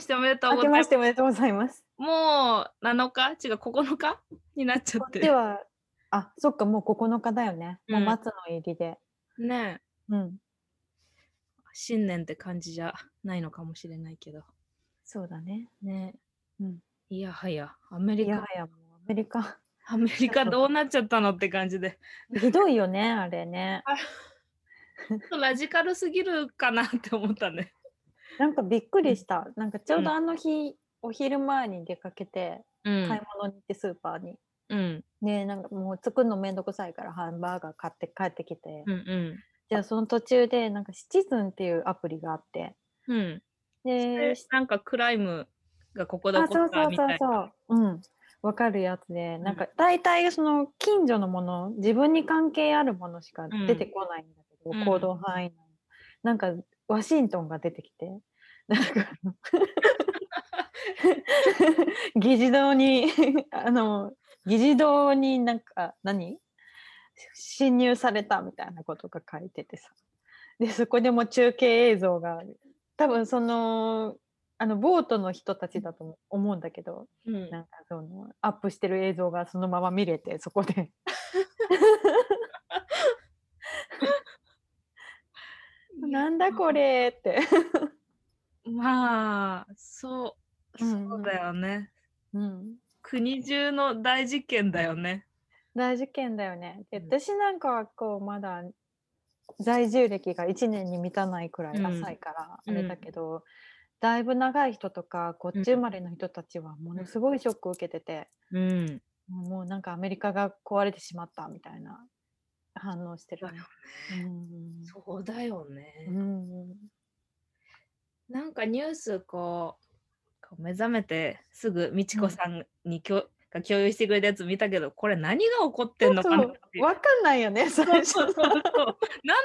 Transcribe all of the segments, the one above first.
しておめでとう明ござけいまますしておめでとうございます。もう7日違う9日になっちゃこっってちるは、あ、そっか、もう9日だよね。もう松の入りで。ねえうん。新年って感じじゃないのかもしれないけどそうだね。ねえ、うんいやはやアメリいやカはやもうアメリカ。アメリカどうなっちゃったのって感じでひどいよね、 あれね。ちょっとラジカルすぎるかなって思ったねなんかびっくりした。なんかちょうどあの日、お昼前に出かけて、う買いん、物に行ってスーパーに。うん、ねなんかもう作るのめんどくさいからハンバーガー買って帰ってきて、うんうんじゃあその途中でなんかシチズンっていうアプリがあってうんでシなんかクライムがここであ起こそうっそたうみそたういそなううんわかるやつでなんうか大体その近所のもの自分に関係あるものしか出てこないんだけど、うん行動範囲内なんかワシントンが出てきてなんかあの議事堂にあの議事堂になんか何侵入されたみたいなことが書いててさでそこでも中継映像が多分そのあのボートの人たちだと思うんだけどうんなんかそのアップしてる映像がそのまま見れてそこでなんだこれって、まあそううそんうだよね、うん、国中の大事件だよね。大事件だよねでうん私なんかはこうまだ在住歴が1年に満たないくらいうん浅いからあうんれだけど、だいぶ長い人とかこっち生まれの人たちはものすごいショック受けてて。うん。もうなんかアメリカが壊れてしまったみたいな反応してるね。そうだよね。うんうんなんかニュースこうこう目覚めてすぐ美智子さんにきょ、が共有してくれたやつ見たけどこれ何が起こってんのかなっていう。わかんないよね最初そうそうそうそうなん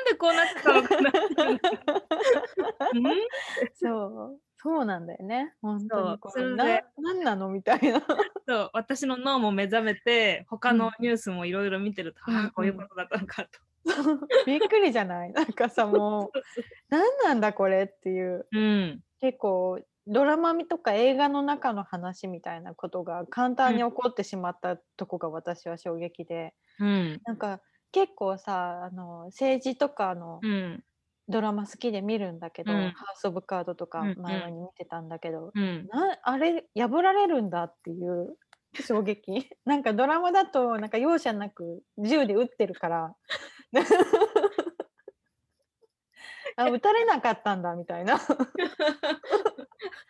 でこうなってたの かなっていう。うんそうそうなんだよね本当にこそうれそれなでなんなのみたいな。そう私の脳も目覚めて他のニュースもいろいろ見てると、うんああこういうことだったのかと。 びっくりじゃないなんかさもう何なんだこれっていううん。結構ドラマとか映画の中の話みたいなことが簡単に起こってしまったとこが私は衝撃で、うん。なんか結構さあの政治とかのうん。ドラマ好きで見るんだけど、うんハウス・オブ・カードとかうんうん前々に見てたんだけど、うん。なあれ破られるんだっていう衝撃 なんかドラマだとなんか容赦なく銃で撃ってるから あ撃たれなかったんだみた いなそ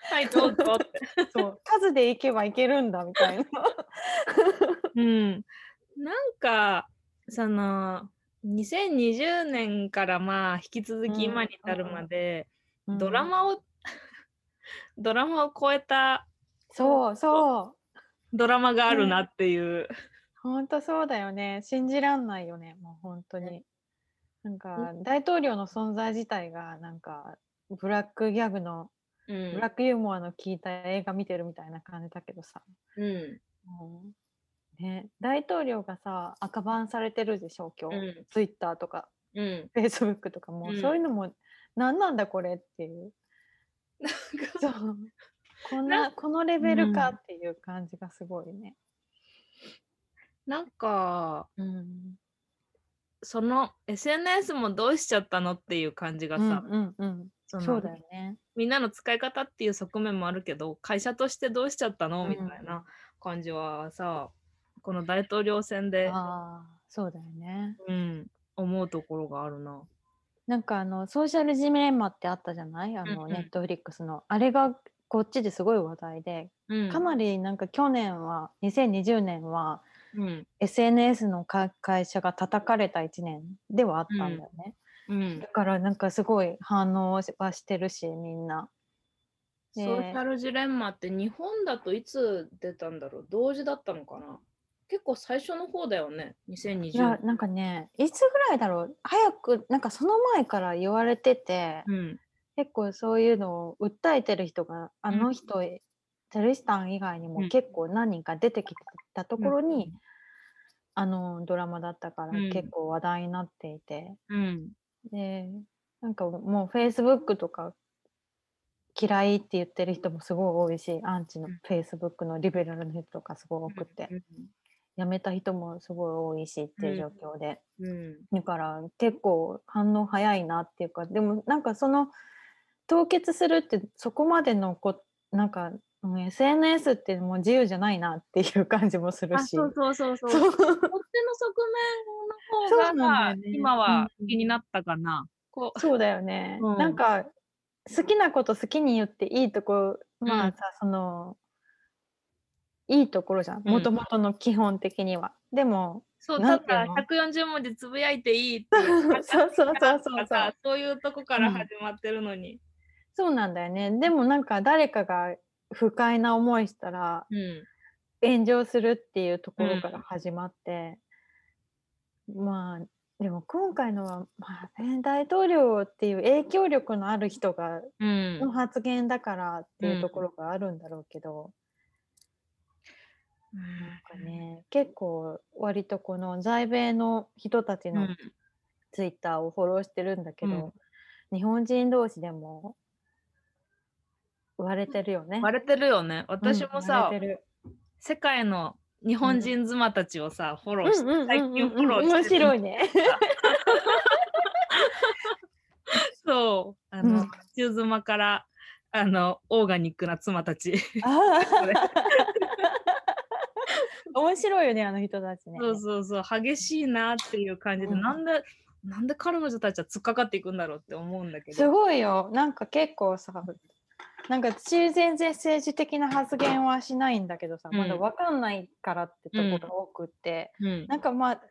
はい、どうぞって。う数でいけばいけるんだみたいな。うん、なんかその2020年からまあ引き続うんき今に至るまで、うんドラマを、 ドラマを超えたそうそうドラマがあるなっていう、ほんとそうだよね信じらんないよねもう本当になんか大統領の存在自体がなんかブラックギャグのうんブラックユーモアの効いた映画見てるみたいな感じだけどさ、うんもうね、大統領がさ赤バンされてるでしょ今う日、んツイッターとかうん、フェイスブックとかもう、うんそういうのも何なんだこれっ ていうそうこんなこのレベルかうんっていう感じがすごいね。なんかうんその SNS もどうしちゃったのっていう感じがうさ、んうんうん、そのそうだよね。みんなの使い方っていう側面もあるけど会社としてどうしちゃったのみたいな感じはさ、この大統領選でああそうだよねうん、思うところがあるな。なんかあのソーシャルジレンマってあったじゃないあうんうのんネットフリックスのあれがこっちですごい話題でうんかなりなんか去年は2020年はうん。 SNS のか会社が叩かれた1年ではあったんだよね、うんだ。からなんかすごい反応はしてるしみんなソーシャルジレンマって日本だといつ出たんだろう同時だったのかな結構最初の方だよね、いや2020なんかねいつぐらいだろう早くなんかその前から言われてて、うん。結構そういうのを訴えてる人があの人、テレスタン以外にうもん結構何人か出てきたところに、うあのドラマだったからうん結構話題になっていて、うん。でなんかもうフェイスブックとか嫌いって言ってる人もすごい多いしアンチのうんフェイスブックのリベラルの人とかすごい多くて、辞めた人もすごい多いしっていう状況で、うんうんだから結構反応早いなっていうかでもなんかその凍結するってそこまでのこなんかうん SNS ってもう自由じゃないなっていう感じもするあし。そうそうそうそう。そうこっちの側面の方そうなが、んだよね今はうん気になったかな。こうそうだよね、うんなんか好きなこと好きに言っていいとこまうあんさ、そのいいところじゃんうんもともとの基本的には、で もそうなたんていうだの140文字つぶやいていいっていそうそうそうそとうか さそういうとこからうん始まってるのに。そうなんだよねでもなんか誰かが不快な思いしたらうん炎上するっていうところから始まって、まあでも今回のは、まあね、大統領っていう影響力のある人がうんの発言だからっていううんところがあるんだろうけど、うんなんかね結構割とこの在米の人たちうのんツイッターをフォローしてるんだけど、日本人同士でも割れてるよね。割れてるよね。私もさ、うん割れてる世界の日本人妻たちをさ、フォローして、うんうん最近フォローして面白い。いね。そう。あの、うん中妻から、あの、オーガニックな妻たち。あー面白いよねあの人たちね。そうそうそう、激しいなっていう感じで、うんなんで、なんで彼女たちは突っかかっていくんだろうって思うんだけすど。ごいよなんか結構さなんか私全然政治的な発言はしないんだけどさ、うんまだ分かんないからってとこが多くって、うんなんかまあ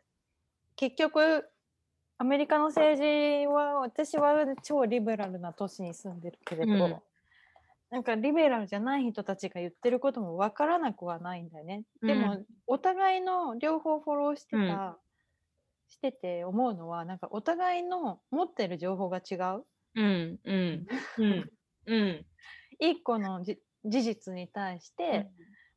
結局アメリカの政治は私は超リベラルな都市に住んでるけれど、うんなんかリベラルじゃない人たちが言ってることも分からなくはないんだよね。でも、うお互いの両方フォローしてた、うんしてて思うのはなんかお互いの持ってる情報が違う。うん、うん、うん、 うん。一個のじ事実に対して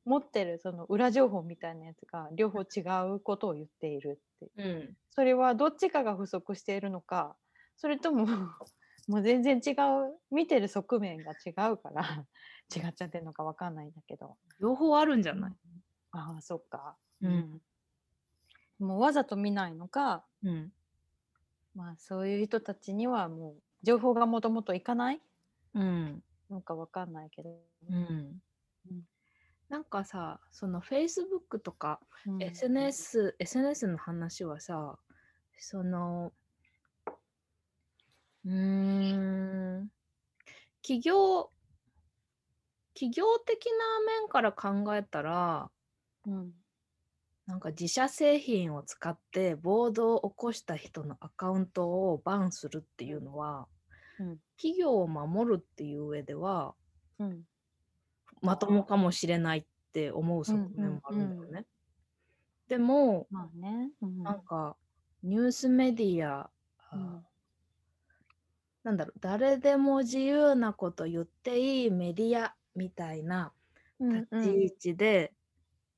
持ってるその裏情報みたいなやつが両方違うことを言っているっていううん、それはどっちかが不足しているのかそれとも もう全然違う見てる側面が違うから 違っちゃってるのかわかんないんだけど両方あるんじゃない。ああそっかうんうんもうわざと見ないのかうん、まあそういう人たちにはもう情報がもともといかないうん、のかわかんないけど、うんうん。なんかさ、そのフェイスブックとか、うん SNS、SNS の話はさ、その、うーん、企業、企業的な面から考えたら、うんなんか自社製品を使って暴動を起こした人のアカウントをバンするっていうのは、うん企業を守るっていう上では、うんまともかもしれないって思う側面もあるんだよね。うんうんでも、まあね。うんなんかニュースメディア、あうんなんだろう誰でも自由なこと言っていいメディアみたいな立うんち位置で、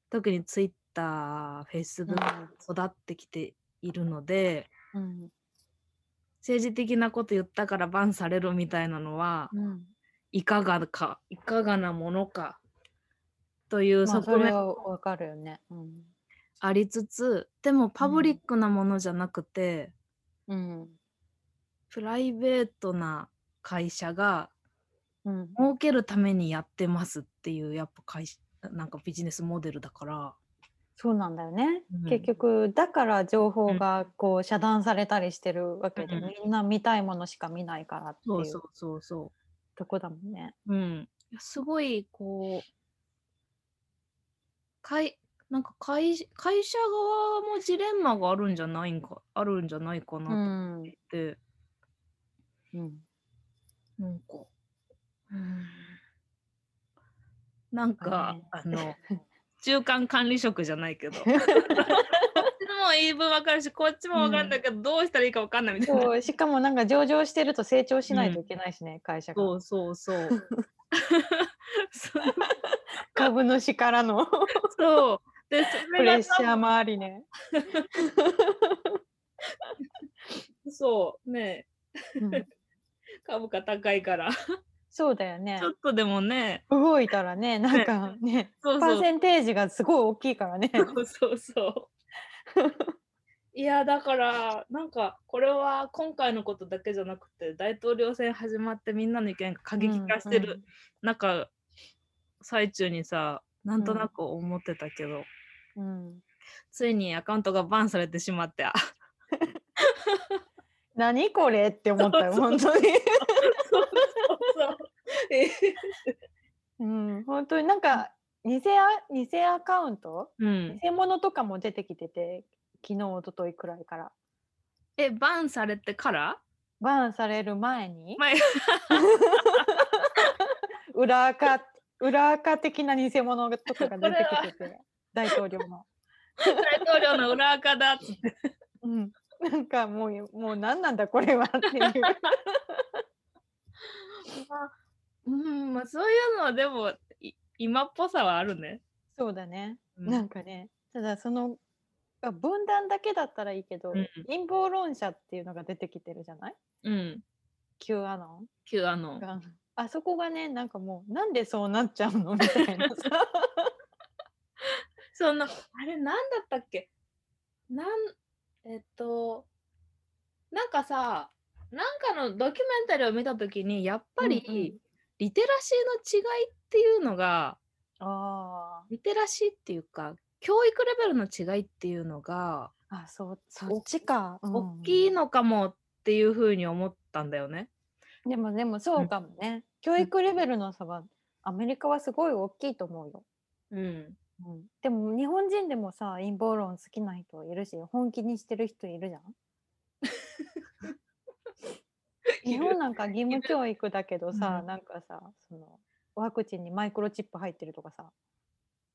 特にツイッターフェイスブック育ってきているので、うん政治的なこと言ったからバンされるみたいなのは、うんいかがかいかがなものかというまあ、側それ面はわかるよね。うんありつつでもパブリックなものじゃなくて、うんプライベートな会社がうん儲けるためにやってますっていうやっぱ会社なんかビジネスモデルだから、そうなんだよね、うん結局だから情報がこう遮断されたりしてるわけで、うんみんな見たいものしか見ないからってそういそううそうそとこだもんね。う、うん、いやすごいこう会なんか会会社側もジレンマがあるんじゃないんかあるんじゃないかなうと思んって、うんなんか、うん、なんか、あの中間管理職じゃないけ ど。こっちも言い分分かるしこっちも分かんないけど、どうしたらいいか分かんないみたいな。そうしかもなんか上場してると成長しないといけないしね、会社そがうそうそう。 そう株主からのそうでプそレれッがシャーもありね。そうねうん株価高いからそうだよねちょっとでもね、動いたらねなんかねそうパそーうセンテージがすごい大きいか らねそうそうそう。 いやだからなんかこれは今回のことだけじゃなくて大統領選始まってみんなの意見が過激化してる中、最中にさなんとなく思ってたけど、うんうんうんついにアカウントがバンされてしまってあ何これって思ったよそう本当 に、そうそううん、本当になんか偽ア偽アカウント うん、偽物とかも出てきてて昨日一昨日くらいからえバンされてからバーンされる前に前裏垢裏垢的な偽物とかが出てきてて大統領の、大統領の裏垢だっつってうん、なんかもうもう何なんだこれはって いううんまあそういうのはでもい今っぽさはあるね。そうだねうんなんかねただそのあ分断だけだったらいいけど、うん陰謀論者っていうのが出てきてるじゃないうん、 Q アノ旧アノンンがあそこがねなんかもうなんでそうなっちゃうのみたいなさそのあれなんだったっけなんえっとなんかさなんかのドキュメンタリーを見た時にやっぱり、うんうんリテラシーの違いっていうのがあリテラシーっていうか教育レベルの違いっていうのがーあそうそっちか、うん大きいのかもっていうふうに思ったんだよね。でもでもそうかもね、教育レベルの差はアメリカはすごい大きいと思うよ、うん、うん、でも日本人でもさ陰謀論好きな人いるし本気にしてる人いるじゃ ん日本なんか義務教育だけどさ、うんなんかさそのワクチンにマイクロチップ入ってるとかさ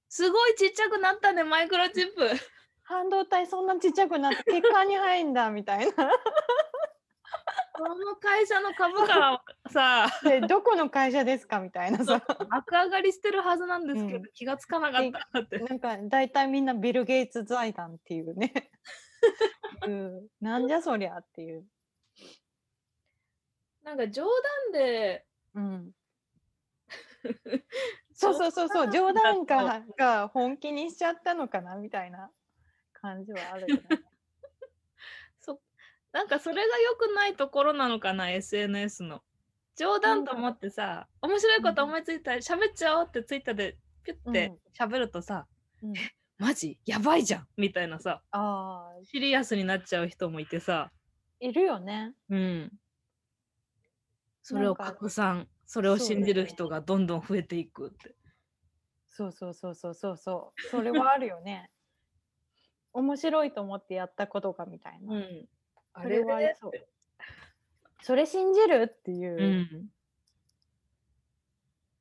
すごいちっちゃくなったねマイクロ チップ。半導体そんなちっちゃくなって血管に入んだみたいな この会社の株価はさでどこの会社ですかみたいなさ爆上がりしてるはずなんですけど、うん気がつかなかったって。なんか大体みんなビル・ゲイツ財団っていう ねいうなんじゃそりゃっていう、なんか冗談で うん、そうそうそうそう冗談かが本気にしちゃったのかなみたいな感じはあるよね そなんかそれが良くないところなのかな SNS の冗談と思ってさ面白いこと思いついたら喋っちゃおうってツイッターでピュッて喋るとさ、うん、マジやばいじゃんみたいなさあーシリアスになっちゃう人もいてさいるよねうんそれを拡散それを信じる人がどんどん増えていくってそうそうそうそうそうそうそれはあるよね面白いと思ってやったことがみたいな、んあそれれははありそうそれ信じるっていうう、ん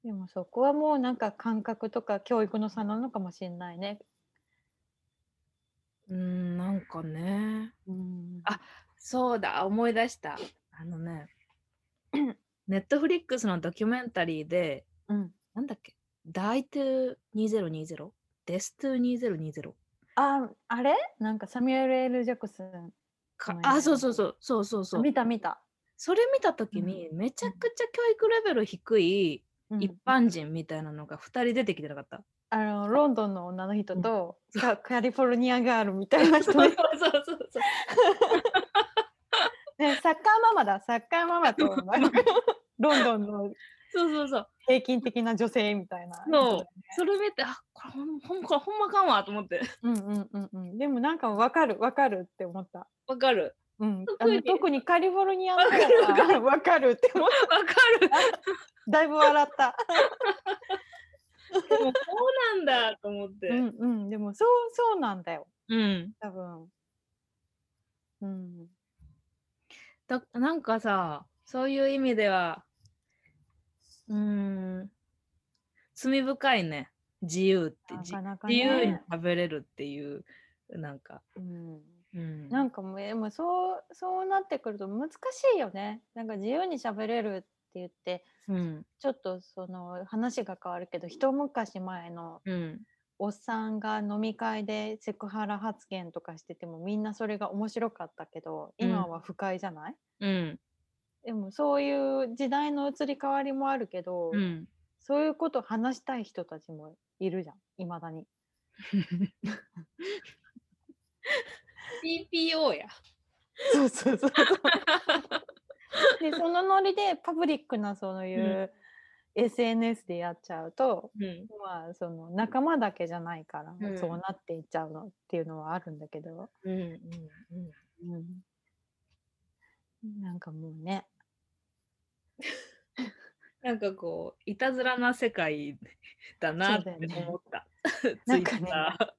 でもそこはもうなんか感覚とか教育の差なのかもしれないね。うんなんかねうんあそうだ思い出したあのね ネットフリックスのドキュメンタリーでうん、なんだっけ Die to 2020 Death to 2020ああれなんかサミュエル・エル・ジャクソン。か名前あそうそうそうそうそうそう見た見た。それ見た時にめちゃくちゃ教育レベル低いうん一般人みたいなのが2人出てきてなかった、あのロンドンの女の人と、カカリフォルニアガールみたいな人、 そうねそ、うそうそうそうサッカーママだサッカーママとなんか ロンドンのそうそうそう平均的な女性みたいな人だよね、そうそれ見てあこれほんほんこれほんまかんわと思ってうんうんうんうん、でもなんかわかるわかるって思った。わかるうん、特あのに特にカリフォルニアの方がわかるって思っわかるた。だいぶ笑った。でもそうなんだと思ってうんうん、でもそうそうなんだようん多分。うん、だなんかさそういう意味ではうーん罪深いね自由ってなじかなか自由にね。食べれるっていうなんか、うん、うん、なんかもうでもそうそうなってくると難しいよね。なんか自由に喋れるって言ってうんちょっとその話が変わるけど一昔前のうんおっさんが飲み会でセクハラ発言とかしててもみんなそれが面白かったけどうん今は不快じゃない、うんでもそういう時代の移り変わりもあるけど、うん、そういうこと話したい人たちもいるじゃんいまだに TPO や。そうそうそう でそのノリでパブリックなそういうう SNS でやっちゃうと、うん、まあその仲間だけじゃないから、うんそうなっていっちゃうのっていうのはあるんだけど、うん、うん、うん。うん、なんかもうねなんかこう、いたずらな世界だなそっうだてよね思った。 なんかね Twitter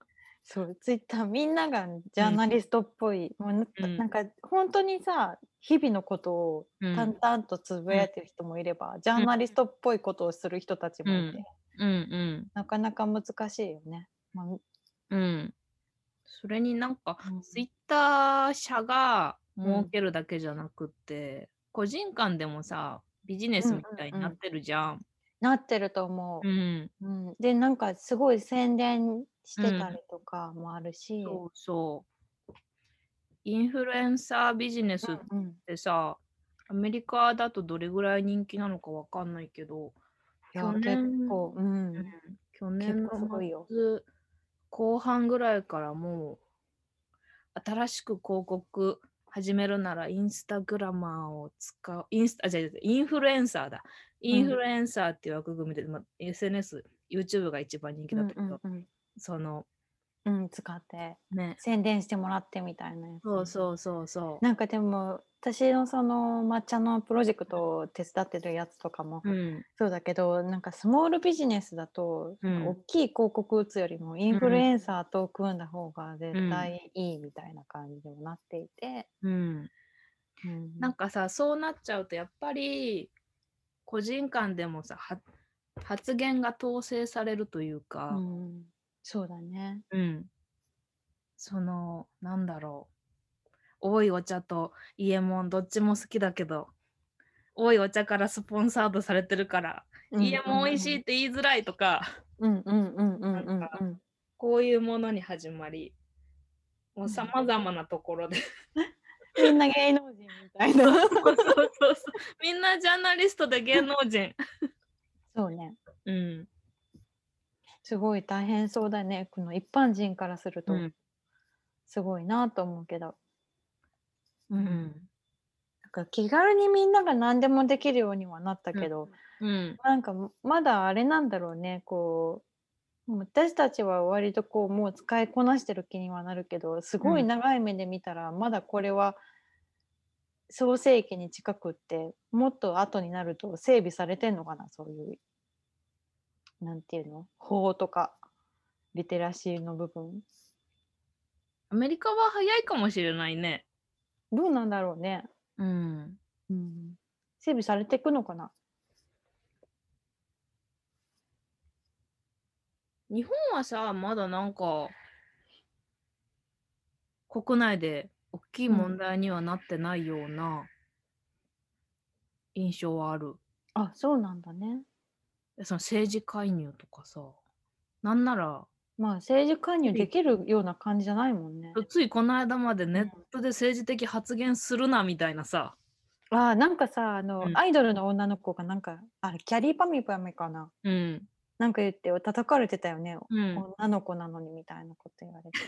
そうツイッターみんながジャーナリストっぽい、もうなうんなんか本当にさ日々のことを うん淡々とつぶやいてる人もいれば、ジャーナリストっぽいことをする人たちもいて、うんうん、なかなか難しいよね。まあうん、うん。それになんか、うんツイッター社が儲うんけるだけじゃなくって、個人間でもさ、ビジネスみたいになってるじゃん。なってると思うんう、うんでなんかすごい宣伝してたりとかもあるし、そうそう。インフルエンサービジネスっうんてさ、アメリカだとどれぐらい人気なのかわかんないけど、いや去年結構、うんうん去年結構すごいよの夏後半ぐらいからもう新しく広告始めるならインスタグラマーを使うインスタあ違う違うインフルエンサーだインフルエンサーっていう枠組みで、まあ、SNSYouTube が一番人気うだんったけど、うんそのうんうん使ってね宣伝してもらってみたいなやつそうそうそうそなんかでも私のその抹茶のプロジェクトを手伝ってるやつとかもう、うん、そうだけどなんかスモールビジネスだと、うんなんか大きい広告打つよりもインフルエンサーと組んだ方が絶対いいみたいな感じにもなっていて、うん、うんなんかさそうなっちゃうとやっぱり個人間でもさは発言が統制されるというか、うん、そうだねうん。その、なんだろう。多いお茶と伊右衛門どっちも好きだけど、多いお茶からスポンサードされてるから、伊右衛門美味しいって言いづらいとか、うんうんうんうんうんうなんんかうんこういうものに始まり、もんうさまざまなところで、みんな芸能人みたい な そうそうそうそうみんなジャーナリストで芸能人。そうね うん。すごい大変そうだねこの一般人からするとうんすごいなと思うけど、うなんん。か気軽にみんなが何でもできるようにはなったけど、うん。なんかまだあれなんだろうねこうもう私たちは割とこうもう使いこなしてる気にはなるけどすごいうん長い目で見たらまだこれは創世紀に近くってもっと後になると整備されてんのかなそういうなんていうの法とかリテラシーの部分アメリカは早いかもしれないね。どうなんだろうね、うん。うん、整備されていくのかな日本はさまだなんか国内で大きいうん問題にはなってないような印象はある。あそうなんだねその政治介入とかさなんならまあ政治介入できるような感じじゃないもんねついこの間までネットで政治的発言するなみたいなさあーなんかさあの、うんアイドルの女の子がなんかあれキャリーパミュパミュかなうんなんか言って叩かれてたよね、うん女の子なのにみたいなこと言われて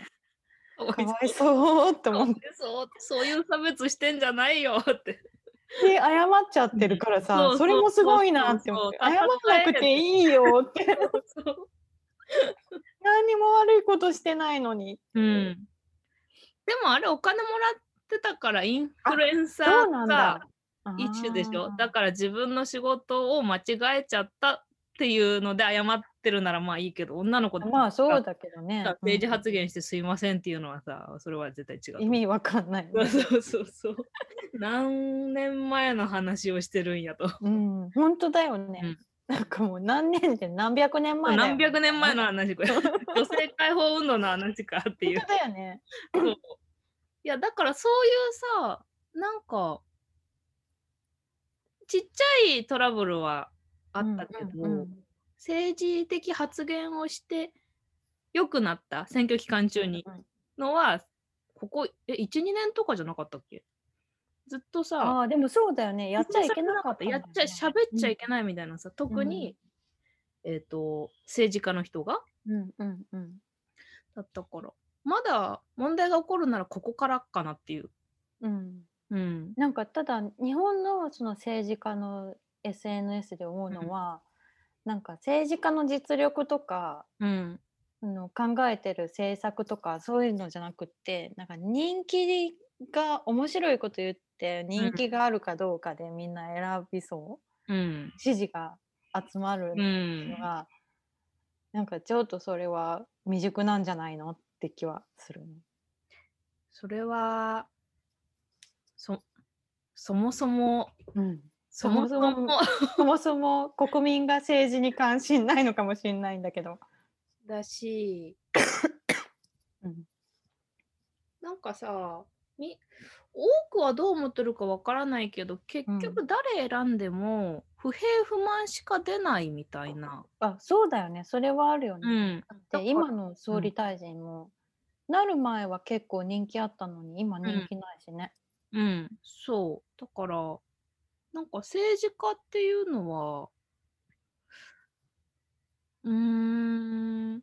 かかわいそうと思っそうそういう差別してんじゃないよって て謝っちゃってるからさ、うんそれもすごいなって思ってそうそうそうそう謝らなくていいよってそう 何にも悪いことしてないのにうんでもあれお金もらってたからインフルエンサーそうなんがだあー一種でしょだから自分の仕事を間違えちゃったっていうので謝ってるならまあいいけど女の子まあそうがだけどね政治うん発言してすいませんっていうのはさそれは絶対違う意味わかんないよね、 そうそうそう何年前の話をしてるんやとうん本当だよね、うんなんかもう何年って何百年前だよ何百年 前の話これ女性解放運動の話かってい本う当だよねそう いやだからそういうさなんかちっちゃいトラブルはあったけど、うんうんうん政治的発言をして良くなった選挙期間中にうんうんのはここえ12年とかじゃなかったっけずっとさああ、でもそうだよね。やっちゃいけなかったんだやよっね、ちゃ喋っちゃいけないみたいなさ、特に、えっ、と政治家の人がうんうんうん。だったからまだ問題が起こるならここからかなっていう。うん、うん、なんかただ日本のその政治家の SNS で思うのは、なんか政治家の実力とかうん、あの考えてる政策とかそういうのじゃなくってなんか人気が面白いこと言って人気があるかどうかでみんな選びそう、うん、支持が集まるうのん、が、なんかちょっとそれは未熟なんじゃないのって気はするね。それはそそもそもうんそもそもそもそもそも国民が政治に関心ないのかもしれないんだけど。だし、うんなんかさみ多くはどう思ってるかわからないけど結う局誰選んでも不平不満しか出ないみたいな。あそうだよねそれはあるよね。ん、で今の総理大臣も、なる前は結構人気あったのに今人気ないしね。うん、そう。だから、なんか政治家っていうのは、うーん、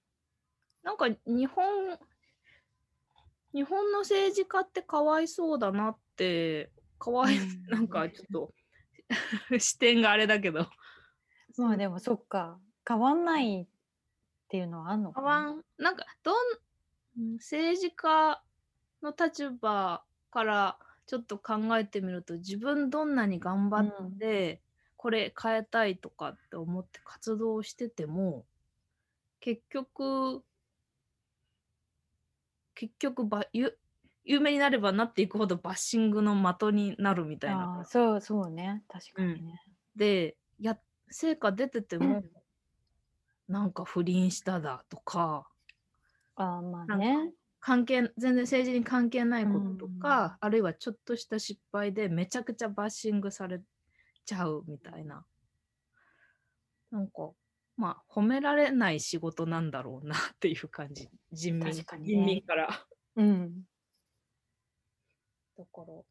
なんか日本、日本の政治家ってかわいそうだなって、かわい、うんなんかちょっと 視点があれだけど、まあでもそっか変わんないっていうのはあんのかかな。わん、なんかどん、うん政治家の立場からちょっと考えてみると、自分どんなに頑張って、うんでこれ変えたいとかって思って活動してても結局結局ばゆ有名になればなっていくほどバッシングの的になるみたいあなー。そうそうね確かにね。でや成果出てても、なんか不倫しただとかああまあね。関係全然政治に関係ないこととか、あるいはちょっとした失敗でめちゃくちゃバッシングされちゃうみたいななんかまあ褒められない仕事なんだろうなっていう感じ人民確かにね人民からだかうん。らっ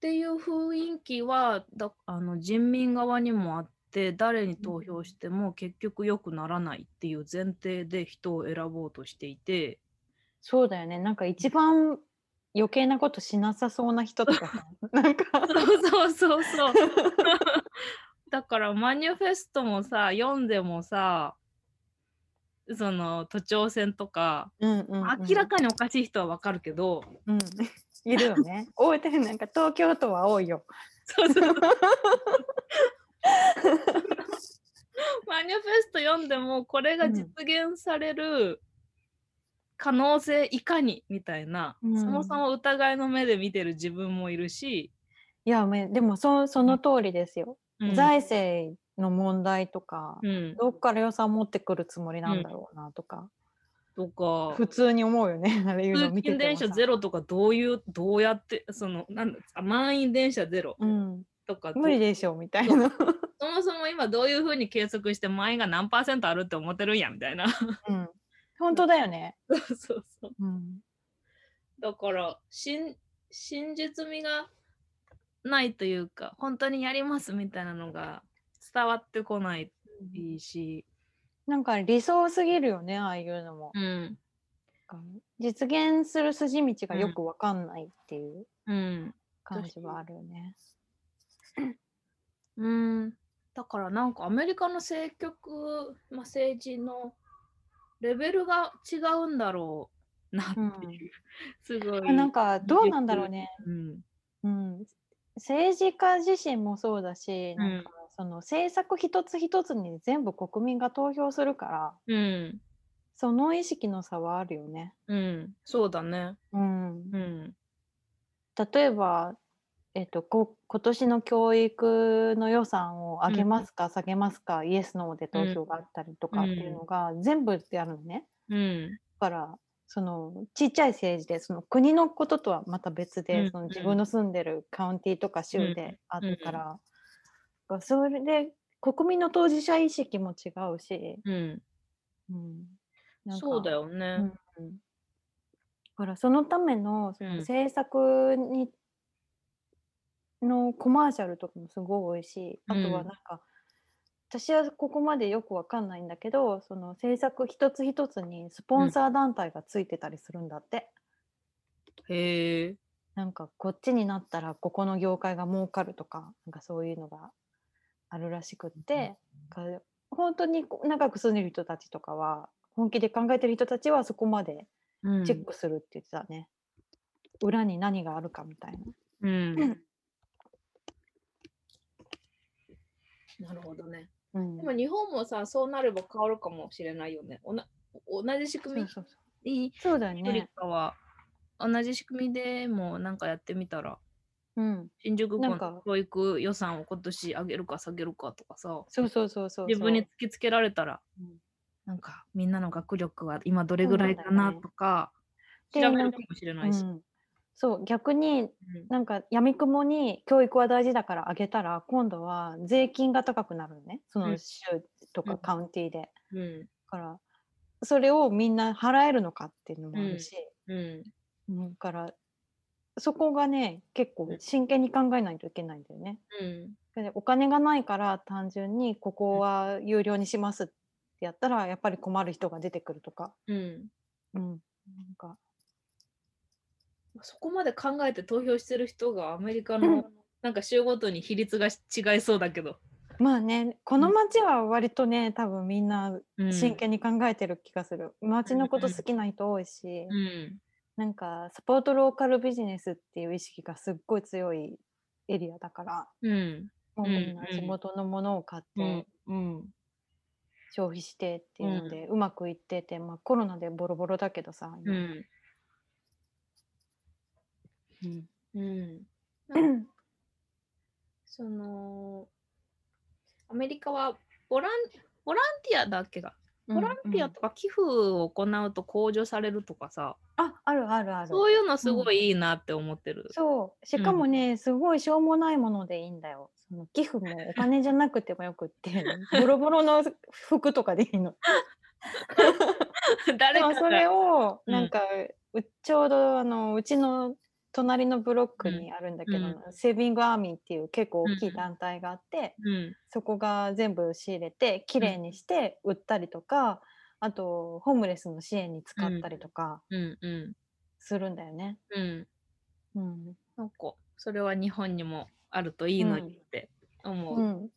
ていう雰囲気はだあの人民側にもあって誰に投票しても結局良くならないっていう前提で人を選ぼうとしていて、そうだよねなんか一番余計なことしなさそうな人とか さなんか。そうそうそうそう。 だからマニュフェストもさ読んでもさその都庁選とか、うんうんうん明らかにおかしい人はわかるけど、うん、 い るよね。大分なんか東京都は多いよ。そうそうそうマニュフェスト読んでもこれが実現される可能性いかにみたいな、うんそもそも疑いの目で見てる自分もいるし、いやめでもそその通りですよ。うん財政の問題とか、うん、どっから予算持ってくるつもりなんだろうなとか、とか普通に思うよね。 あれいう通の見て勤て電もさ車ゼロとかどういうどうやってそのなんだあ満員電車ゼロうん、とか、無理でしょみたいな。そもそも今どういうふうに計測して満員が何パーセントあるって思ってるんやみたいな そうん、本当だよね。うそうそううん、だから真真実味がないというか本当にやりますみたいなのが伝わってこないし、なんか理想すぎるよねああいうのも。うん実現する筋道がよくわかんないっていううん感じはあるよね。うん、だからなんかアメリカの政局、まあ、政治のレベルが違うんだろうなっていう、すごい。なんかどうなんだろうね。うん、うん、政治家自身もそうだし、うんなんかその政策一つ一つに全部国民が投票するからうん、その意識の差はあるよね。うん、そうだね。うん、うん、例えば、えっとこ今年の教育の予算を上げますか、下げますかイエスノーで投票があったりとかっていうのが全部やるのね。うん、だからそのちっちゃい政治でその国のこととはまた別で、うんその自う分んの住んでるカウンティとか州うであったから、がそれで国民の当事者意識も違うし、うん、うんなんかそうだよね。だからそのためのそのうん政策にのコマーシャルとかもすごい多いしあとはうんなんか、私はここまでよくわかんないんだけどその制作一つ一つにスポンサー団体がついてたりするんだって、へえ。なんかこっちになったらここの業界が儲かるとかなんかそういうのがあるらしくって、か本当にこう長く住んでる人たちとかは本気で考えてる人たちはそこまでうんチェックするって言ってたね、裏に何があるかみたいな。うん。なるほどね。うんでも日本もさ、そうなれば変わるかもしれないよね。おな同じ仕組そうみにそうそうそうだよよりね。かは、同じ仕組みでもなんかやってみたら、うん、新宿校なんのか教育予算を今年上げるか下げるかとかさ、そうそうそうそうそう。自分に突きつけられたらうん、なんかみんなの学力は今どれぐらいかなとか、調そうべだよねるかもしれないしう。ん、そう逆にうんなんかやみくもに教育は大事だからあげたら今度は税金が高くなるのねそうのん州とうんかカウンティーで、だうんからそれをみんな払えるのかっていうのもあるし、うんうん、だからそこがね結構真剣に考えないといけないんだよね。うんでお金がないから単純にここは有料にしますってやったらやっぱり困る人が出てくるとか、うんうん、なんかそこまで考えて投票してる人がアメリカうのんなんか州ごとに比率が違いそうだけど、まあねこの町は割とね多分みんなうん真剣に考えてる気がする、町のこと好きな人多いし、うんなんかサポートローカルビジネスっていう意識がすっごい強いエリアだからうんもうみんなうんうん地元のものを買ってうん消費してっていうので、うまくいってて、まあ、コロナでボロボロだけどさ、う今んうんうんそのアメリカはボランボランティアだっけがボランティアとか寄付を行うと控除されるとかさ、ああるあるあるそういうのすごいいいなって思ってる、そうしかもね、すごいしょうもないものでいいんだよその寄付もお金じゃなくてもよくって ボロボロの服とかでいいので 誰かもがそれをうんなんか、うちょうどあのうちの隣のブロックうんにあるんだけど、うんセービングアーミーっていう結構大きういん団体があって、うんそこが全部仕入れてきれいにして売ったりとか、あとホームレスの支援に使ったりとかうんうんするんだよね。うんうんなんかそれは日本にもあるといいのにって思う、うん、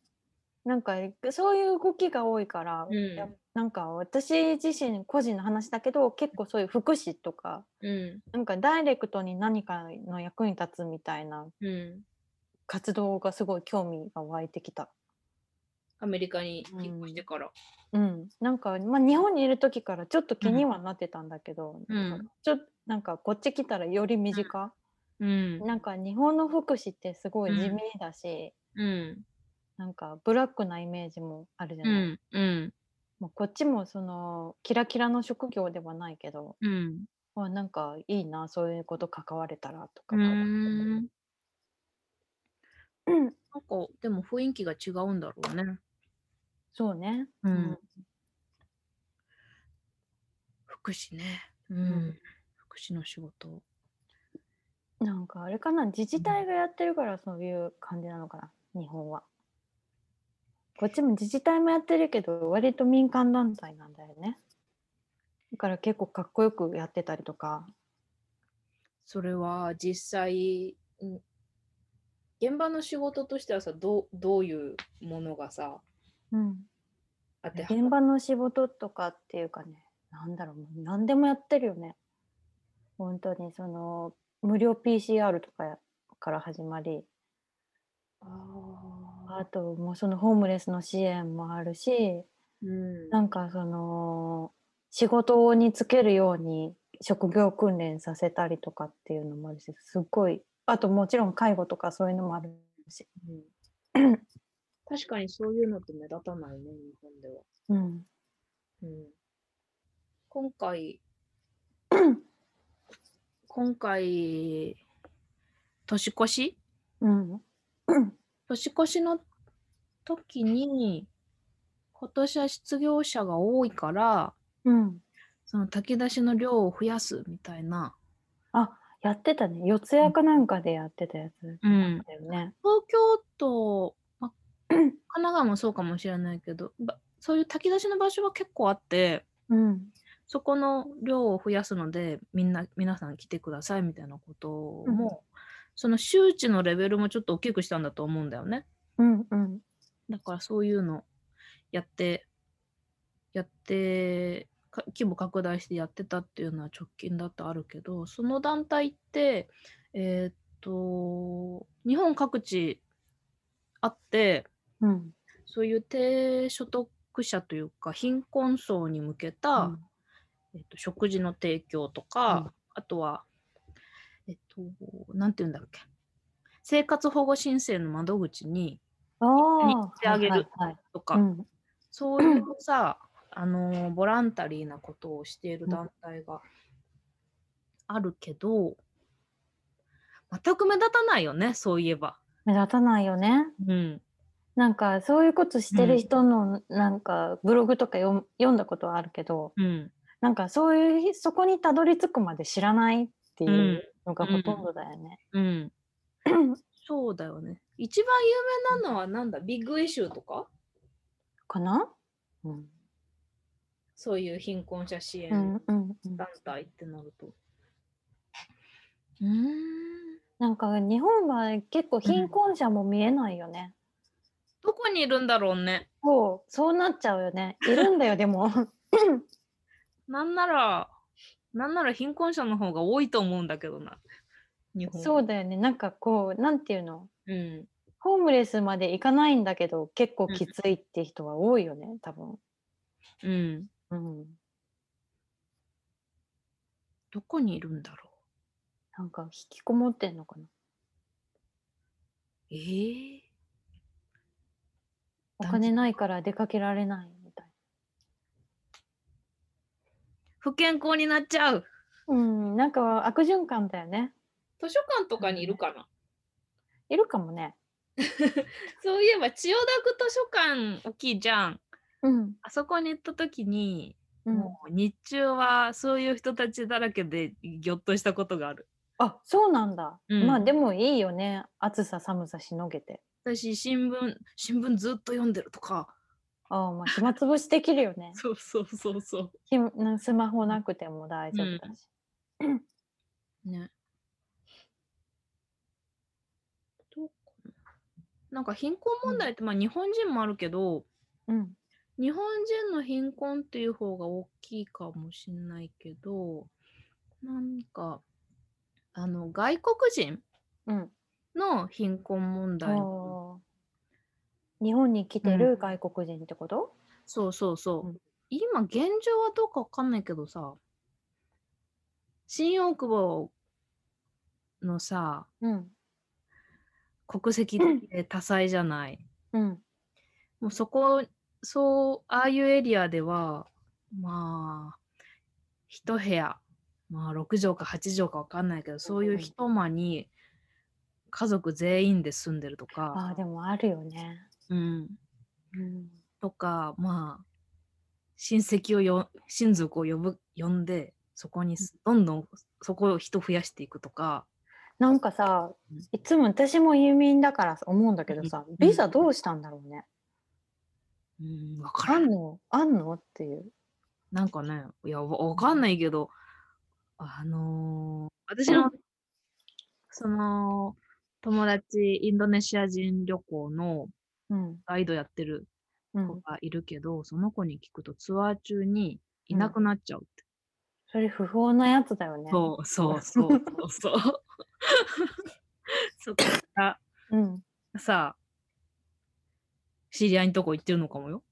なんかそういう動きが多いから、うんやなんか私自身個人の話だけど結構そういう福祉とかうんなんかダイレクトに何かの役に立つみたいなうん、活動がすごい興味が湧いてきた。アメリカに引っ越してから。うん、なんか、まあ、日本にいる時からちょっと気にはなってたんだけど、うんなんかちょなんかこっち来たらより身近、うんなんか日本の福祉ってすごい地味だし、うんなんかブラックなイメージもあるじゃうない、んうんもうこっちもそのキラキラの職業ではないけど、うんまあ、なんかいいなそういうこと関われたらとかうーがんなんかうんでも雰囲気が違うんだろうね。そうね、う、うん福祉ね。うんん福祉の仕事。なんかあれかな自治体がやってるからそういう感じなのかな日本は。こっちも自治体もやってるけど割と民間団体なんだよね。だから結構かっこよくやってたりとか。それは実際ん現場の仕事としてはさどうどういうものがさうん、あって現場の仕事とかっていうかねなんだろうもう何でもやってるよね。本当にその無料 PCR とかから始まりああともうそのホームレスの支援もあるしー、うんなんかその仕事に就けるように職業訓練させたりとかっていうのもあるしすっごいあともちろん介護とかそういうのもあるし、うん 確かにそういうのって目立たないね日本では。うん、うん今 回今回年越しうん年越しの時に今年は失業者が多いからうんその炊き出しの量を増やすみたいなあやってたね。四谷かなんかでやってたやつうん、だよね。東京都、ま、 神奈川もそうかもしれないけどばそういう炊き出しの場所は結構あってうん。そこの量を増やすのでみんな皆さん来てくださいみたいなことも、うんその周知のレベルもちょっと大きくしたんだと思うんだよねうんうん。だからそういうのやってやってか規模拡大してやってたっていうのは直近だとあるけどその団体ってえーっと日本各地あってうん。そういう低所得者というか貧困層に向けた、うんえっと食事の提供とか、あとは、えっと、なんて言うんだっけ生活保護申請の窓口にあにあ。してあげるはいはいとか、はい。うん。そういうさ、あのボランタリーなことをしている団体があるけど全く目立たないよねそういえば。目立たないよね。うん、なんかそういうことしてうんる人のなんかブログとか読む読んだことはあるけど、うんなんかそういうそこにたどり着くまで知らないっていうんうのがほとんどだよね。うん、そうだよね。一番有名なのはなんだビッグイシューとかかな、うん、そういう貧困者支う援んうんうん団体ってなると。うーん。なんか日本は結構貧困者も見えないよね。どこにいるんだろうね。そうそうなっちゃうよね。いるんだよでも。なんなら、なんなら貧困者の方が多いと思うんだけどな。日本。。そううだよねなんかこうなんていうのうん。ホームレスまで行かないんだけど結構きついって人は多いよね多分。うん。うんどこにいるんだろなんか引きこもってんのかなう。ええお男金女ないから出かけられないみたい不健康になっちゃう。な。うん、なんか悪循環だよね。図書館とかにいるかな。いるかもね。そういえば、千代田区図書館大きいじゃん。うん。あそこに行った時に、うん、もう日中はそういう人たちだらけでぎょっとしたことがある。あ、そうなんだ。うんまあでもいいよね。暑さ寒さしのげて。私新聞新聞ずっと読んでるとかああ、まあ暇つぶしできるよね。 そうそうそうそひなスマホなくても大丈夫だし。う。ね。どうかななんか貧困問題って、まあ日本人もあるけどうん。日本人の貧困っていう方が大きいかもしれないけどなんかあの外国人うん。の貧困問題のあー日本に来てうんる外国人ってこと、そうそうそう。うん今、現状はどうかわかんないけどさ、新大久保のさ、うん、国籍って多彩じゃない。うん。もうそこ、そう、ああいうエリアでは、まあ、一部屋、まあ6畳か8畳かわかんないけど、そういう一間に家族全員で住んでるとあか、あ、でもあるよね。うん、うん。とかまあ親戚をよ親族を呼ぶ呼んでそこにすどんどんそこを人増やしていくとかなんかさうん、いつも私も移民だから思うんだけどさうん、ビザどうしたんだろうね。うん分かあらんんのあんのっていう。なんかねいやわわかんないけどあのー私のその友達インドネシア人旅行のうん。ガイドやってるう子ん。がいるけど、その子に聞くとツアー中にいなくなっちゃうって、それ不法なやつだよね。そうそうそうそうそう そこからうん。さあ、知り合いのとこ行ってるのかもよ。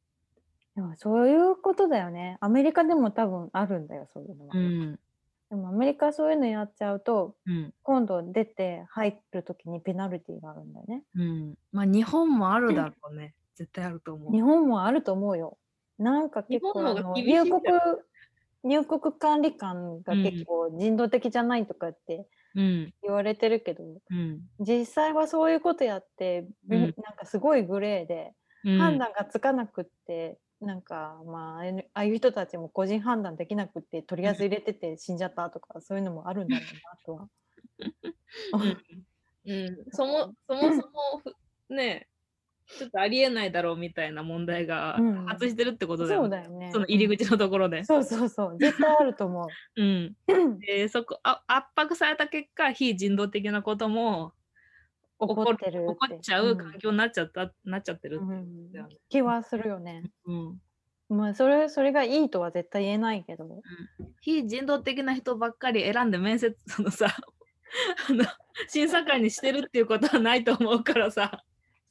でもそういうことだよね。アメリカでも多分あるんだよ、そういうのは。ん。でもアメリカはそういうのやっちゃうと、うん。今度出て入るときにペナルティがあるんだよね。うん。まあ、日本もあるだろうね。絶対あると思う。日本もあると思うよ。なんか結日構本のあ方のが厳しい入ん国だよ、入国管理官がうん結構人道的じゃないとかってうん。言われてるけど、うん。実際はそういうことやって、びうんなんかすごいグレーで、うん、判断がつかなくってなんかまああのああいう人たちも個人判断できなくってとりあえず入れてて死んじゃったとかそういうのもあるんだろうなとは うんうん、そもそもそもふねちょっとありえないだろうみたいな問題がうん多発してるってことだそよね。うだよね。その入り口のところで。 そうそうそう。絶対あると思う。うん、でそこあ圧迫された結果非人道的なことも怒ってる 怒っちゃう環境になっちゃった、なっちゃってるう。んだよね気はするよね。うん、まあそれそれがいいとは絶対言えないけど。非人道的な人ばっかり選んで面接そのさ あの審査会にしてるっていうことはないと思うからさ。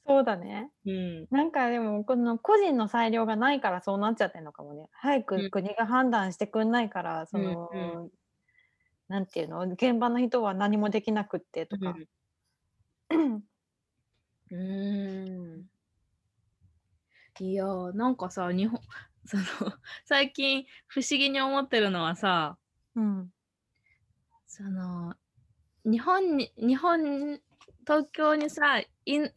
そうだね。うんなんかでもこの個人の裁量がないからそうなっちゃってるのかもね。早うんく国が判断してくんないから、その、うんなんていうの現場の人は何もできなくってとか。うんいやーなんかさ日本 その最近不思議に思ってるのはさうん。その日本に日本東京にさイン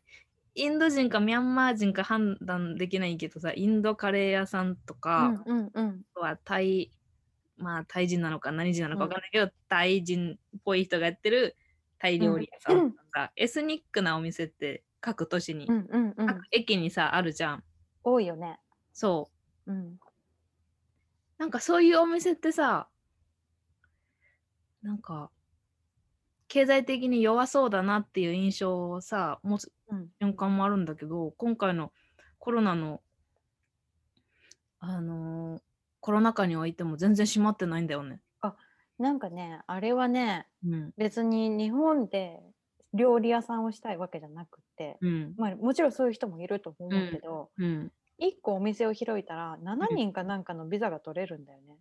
インド人かミャンマー人か判断できないけどさインドカレー屋さんとか、うんうんうん。あとはタイまあタイ人なのか何人なのか分かんないけど、タイ人っぽい人がやってるタイ料理屋さんとか、エスニックなお店って各都市に、うんうんうん。各駅にさあるじゃん多いよね。そううん。なんかそういうお店ってさ、なんか、経済的に弱そうだなっていう印象をさ、持つうん瞬間もあるんだけど、今回のコロナの、あのーコロナ禍においても全然閉まってないんだよね。なんかね、あれはね、うん。別に日本で料理屋さんをしたいわけじゃなくて、うん。まあ、もちろんそういう人もいると思うけど、うん。一1個お店を開いたら7人かなんかのビザが取れるんだよね。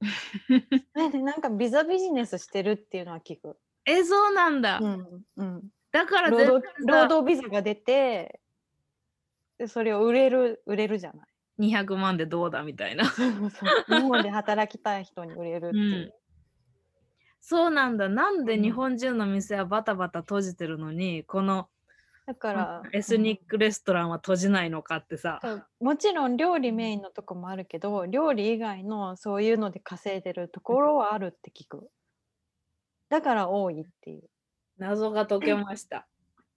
なんでなんかビザビジネスしてるっていうのは聞く。え、そうなんだ。うんうん、だから労全働然労働ビザが出てでそれを売れる売れるじゃない。 200万でどうだみたいな。そうそう 日本で働きたい人に売れるっていう。そうなんだ。なんでうん日本人の店はバタバタ閉じてるのに、この、だからエスニックレストランは閉じないのかってさ、そうもちろん料理メインのとこもあるけど料理以外のそういうので稼いでるところはあるって聞くだから多いっていう、謎が解けました。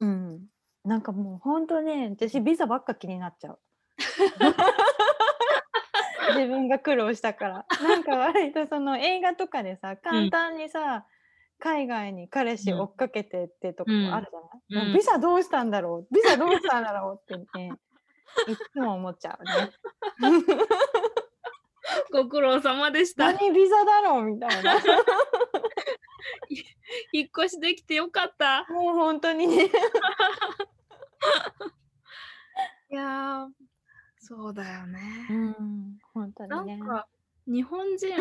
うん、なんかもうほんとね私ビザばっか気になっち ゃう自分が苦労したからなんか割とその映画とかでさ簡単にさ、海外に彼氏追っかけてってとこもあるじゃない、うんもうビザどうしたんだろうビザどうしたんだろうって ねいつも思っちゃうね。ご苦労様でした。何ビザだろうみたいなも引っ越しできてよかった。う本当にねいやー、そうだよね。ん本当なにねんか、日本 人、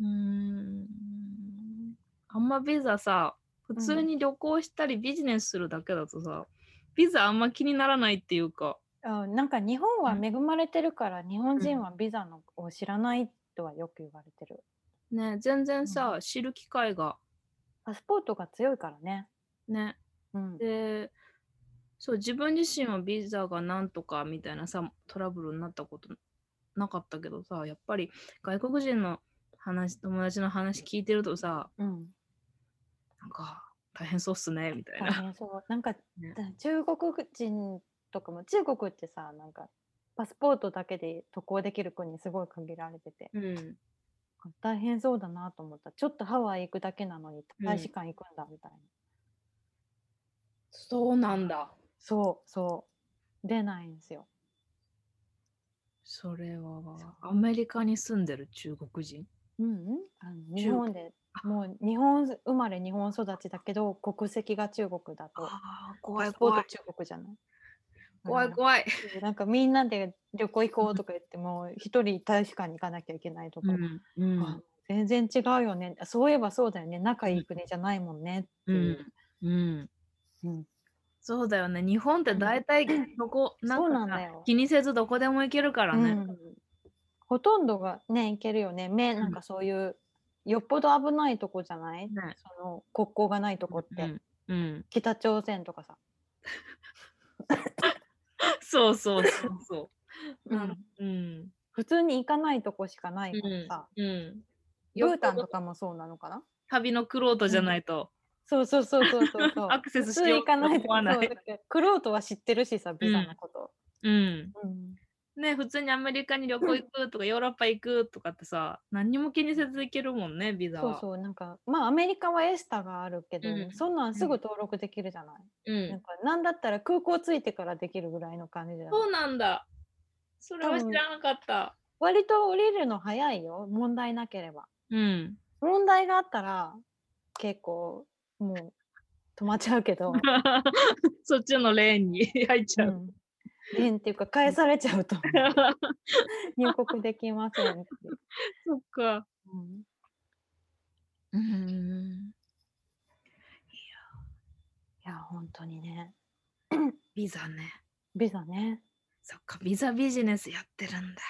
うーん、あんまビザさ、普通に旅行したりビジネスするだけだとさ、ビザあんま気にならないっていうか、あなんか日本はうん恵まれてるから、日本人はビザのを知らないとはよく言われてるね、全然さ、知る機会がパスポートが強いからねね、うんでそう自分自身はビザがなんとかみたいなさトラブルになったことなかったけどさやっぱり外国人の話友達の話聞いてるとさうんなんか大変そうっすねみたい大な。変そうな んか中国人とかも中国ってさなんかパスポートだけで渡航できる国すごい限られててうん、大変そうだなと思ったちょっとハワイ行くだけなのに大使館行くんだみたいな、そうなんだ。そうそう出ないんですよそれはアメリカに住んでる中国人うんうん、あの中日本でもう日本生まれ日本育ちだけど国籍が中国だとああパ怖スいポ怖ーいト中国じゃない怖ういん怖い。なんかみんなで旅行行こうとか言っても一人大使館に行かなきゃいけないとか、うんうんあ全然違うよねそういえばそうだよね仲いい国じゃないもんねってう、いうんうんうんそうだよね日本って大体どこ、なそうんなんかださよ気にせずどこでも行けるからうね。んほとんどがね行けるよね目なんかそういうよっぽど危ないとこじゃない、ねその国交がないとこって、うんうん、北朝鮮とかさ、そうそうそうそうう。ん、うん。普通に行かないとこしかないからさ、うん。ブータよっンとぽどかもそうなのかな旅のクロートじゃないと、そうそうそうそうそうそうアクセスし 普通よう行かないと思とわなそういだ。ってクロートは知ってるしさビザのこと、うん。うんね普通にアメリカに旅行行くとかヨーロッパ行くとかってさ何にも気にせず行けるもんねビザそうは。そうなんかまあアメリカはエスタがあるけど、うんそんなんすぐ登録できるじゃない、うなんん、かなんだったら空港着いてからできるぐらいの感じだよねそうなんだ。それは知らなかった。割と降りるの早いよ問題なければうん。問題があったら結構もう止まっちゃうけど、 そっちのレーンに 入っちうゃう。ん、えんっていうか返されちゃうと入国できませんって、 そっか。ううんん。いや本当にねビザね。ビザねそっかビザビジネスやってるんだ。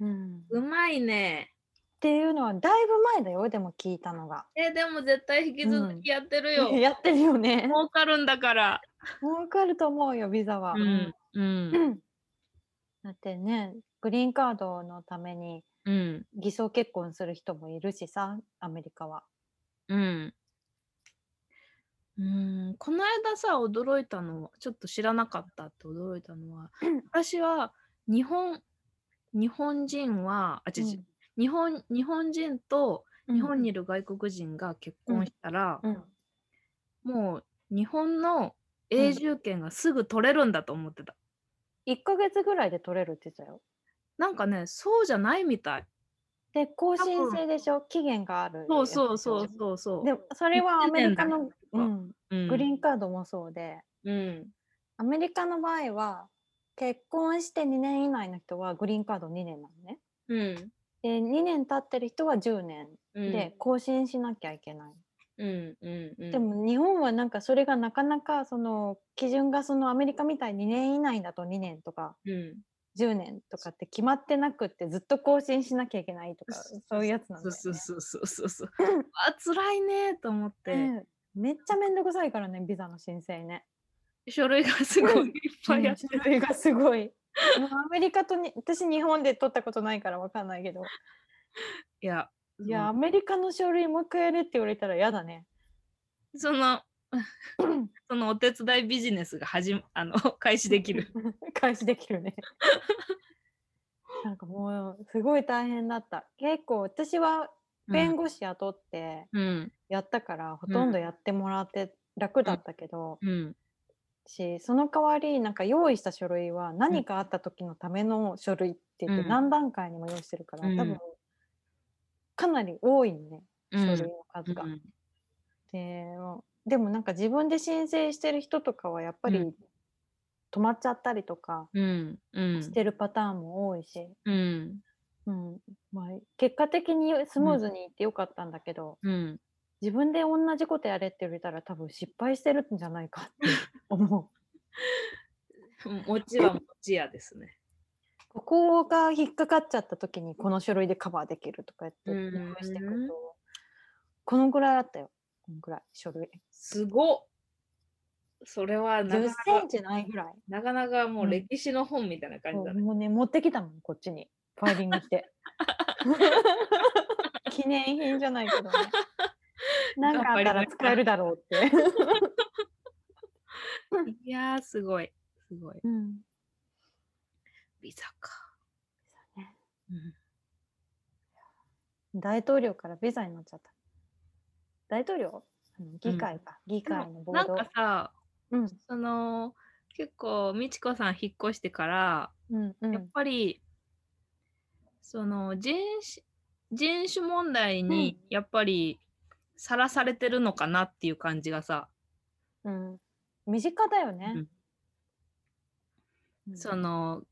うん、っうまいね。ていうのはだいぶ前だよでも聞いたのが。えでも絶対引き続きやってるよ。 やってるよね。儲かるんだから。儲かると思うよビザは、うん。うん。だってねグリーンカードのためにうん。偽装結婚する人もいるしさアメリカは。うん。うん、この間さ驚いたのはちょっと知らなかったって驚いたのは私は日本日本人はあ違う違ううん日本日本人と日本にいる外国人が結婚したら、うんもう日本の永住権がすぐ取れるんだと思ってた、 1ヶ月ぐらいで取れるって言ってたよ。なんかねそうじゃないみたいで更新制でしょ期限がある。そうそうそうそうそうでもそれはアメリカ一年の、だようん、うんグリーンカードもそうで、うんアメリカの場合は結婚して2年以内の人はグリーンカード2年なのね。うんで2年経ってる人は10年うんで更新しなきゃいけない。うんうんうんでも日本はなんかそれがなかなかその基準がそのアメリカみたいに2年以内だと2年とかうん10年とかって決まってなくってずっと更新しなきゃいけないとかそういうやつなんだよそうねそうそうそうそう。あ辛いねと思って、うん。めっちゃめんどくさいからねビザの申請ね。書類がすごいいっぱいあって、 それがすごい。もうアメリカとに私日本で取ったことないからわかんないけどいやいやアメリカの書類もう一回やれって言われたら嫌だね。そのそのお手伝いビジネスが始ま あの開始でき る。開始できるね。 なんかもうすごい大変だった。結構私は弁護士雇ってうんやったから、ほとんどやってもらって楽だったけど、うんしその代わりなんか用意した書類は何かあった時のための書類って言っうてん何段階にも用意してるから、うん多分かなり多いね、う書ん類の数が。うんででもなんか自分で申請してる人とかはやっぱうり止まっちゃったりとかうんうんしてるパターンも多いし、うんうんまあ、結果的にスムーズにいってよかったんだけど、うん自分で同じことやれって言われたら多分失敗してるんじゃないかって 思う。持ちは持ちやですね。ここが引っかかっちゃった時にこの書類でカバーできるとかやってうん利用していくとこのぐらいあったよこのぐらい書類すごっそれはなか10なセかンチないぐらいなかなかもう歴史の本みたいな感じだね。もうね持ってきたもんこっちにファイリングして 記念品じゃない けどねなんかあったら使えるだろうって、いやーすごいすごいうん、ビザか。ビザねうん大統領からビザになっちゃった大統領あの議会か、議会のボなーんドかさうんその結構美智子さん引っ越してから、うんうやっんぱりその人種人種問題にやっぱりさらされてるのかなっていう感じがさ、うん身近だよね、うんその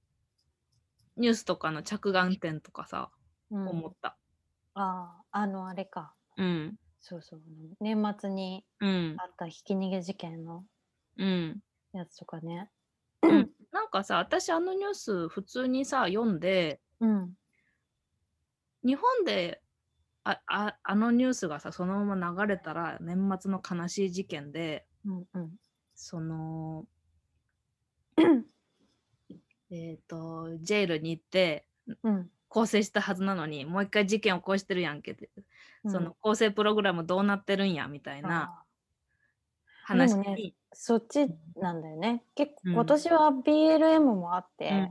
ニュースとかの着眼点とかさ、うん思った。あああのあれかうんそうそう年末にうんあったひき逃げ事件のうん、 やつとかねうんなんかさ私あのニュース普通にさ読んでうん日本であああのニュースがさそのまま流れたら年末の悲しい事件でうんうんそ のえっとジェイルに行ってうん更生したはずなのにもう一回事件起こしてるやんけって、その更生プログラムどうなってるんやみたいなあ話に、でもねそっちなんだよね。結構今年は BLM もあって、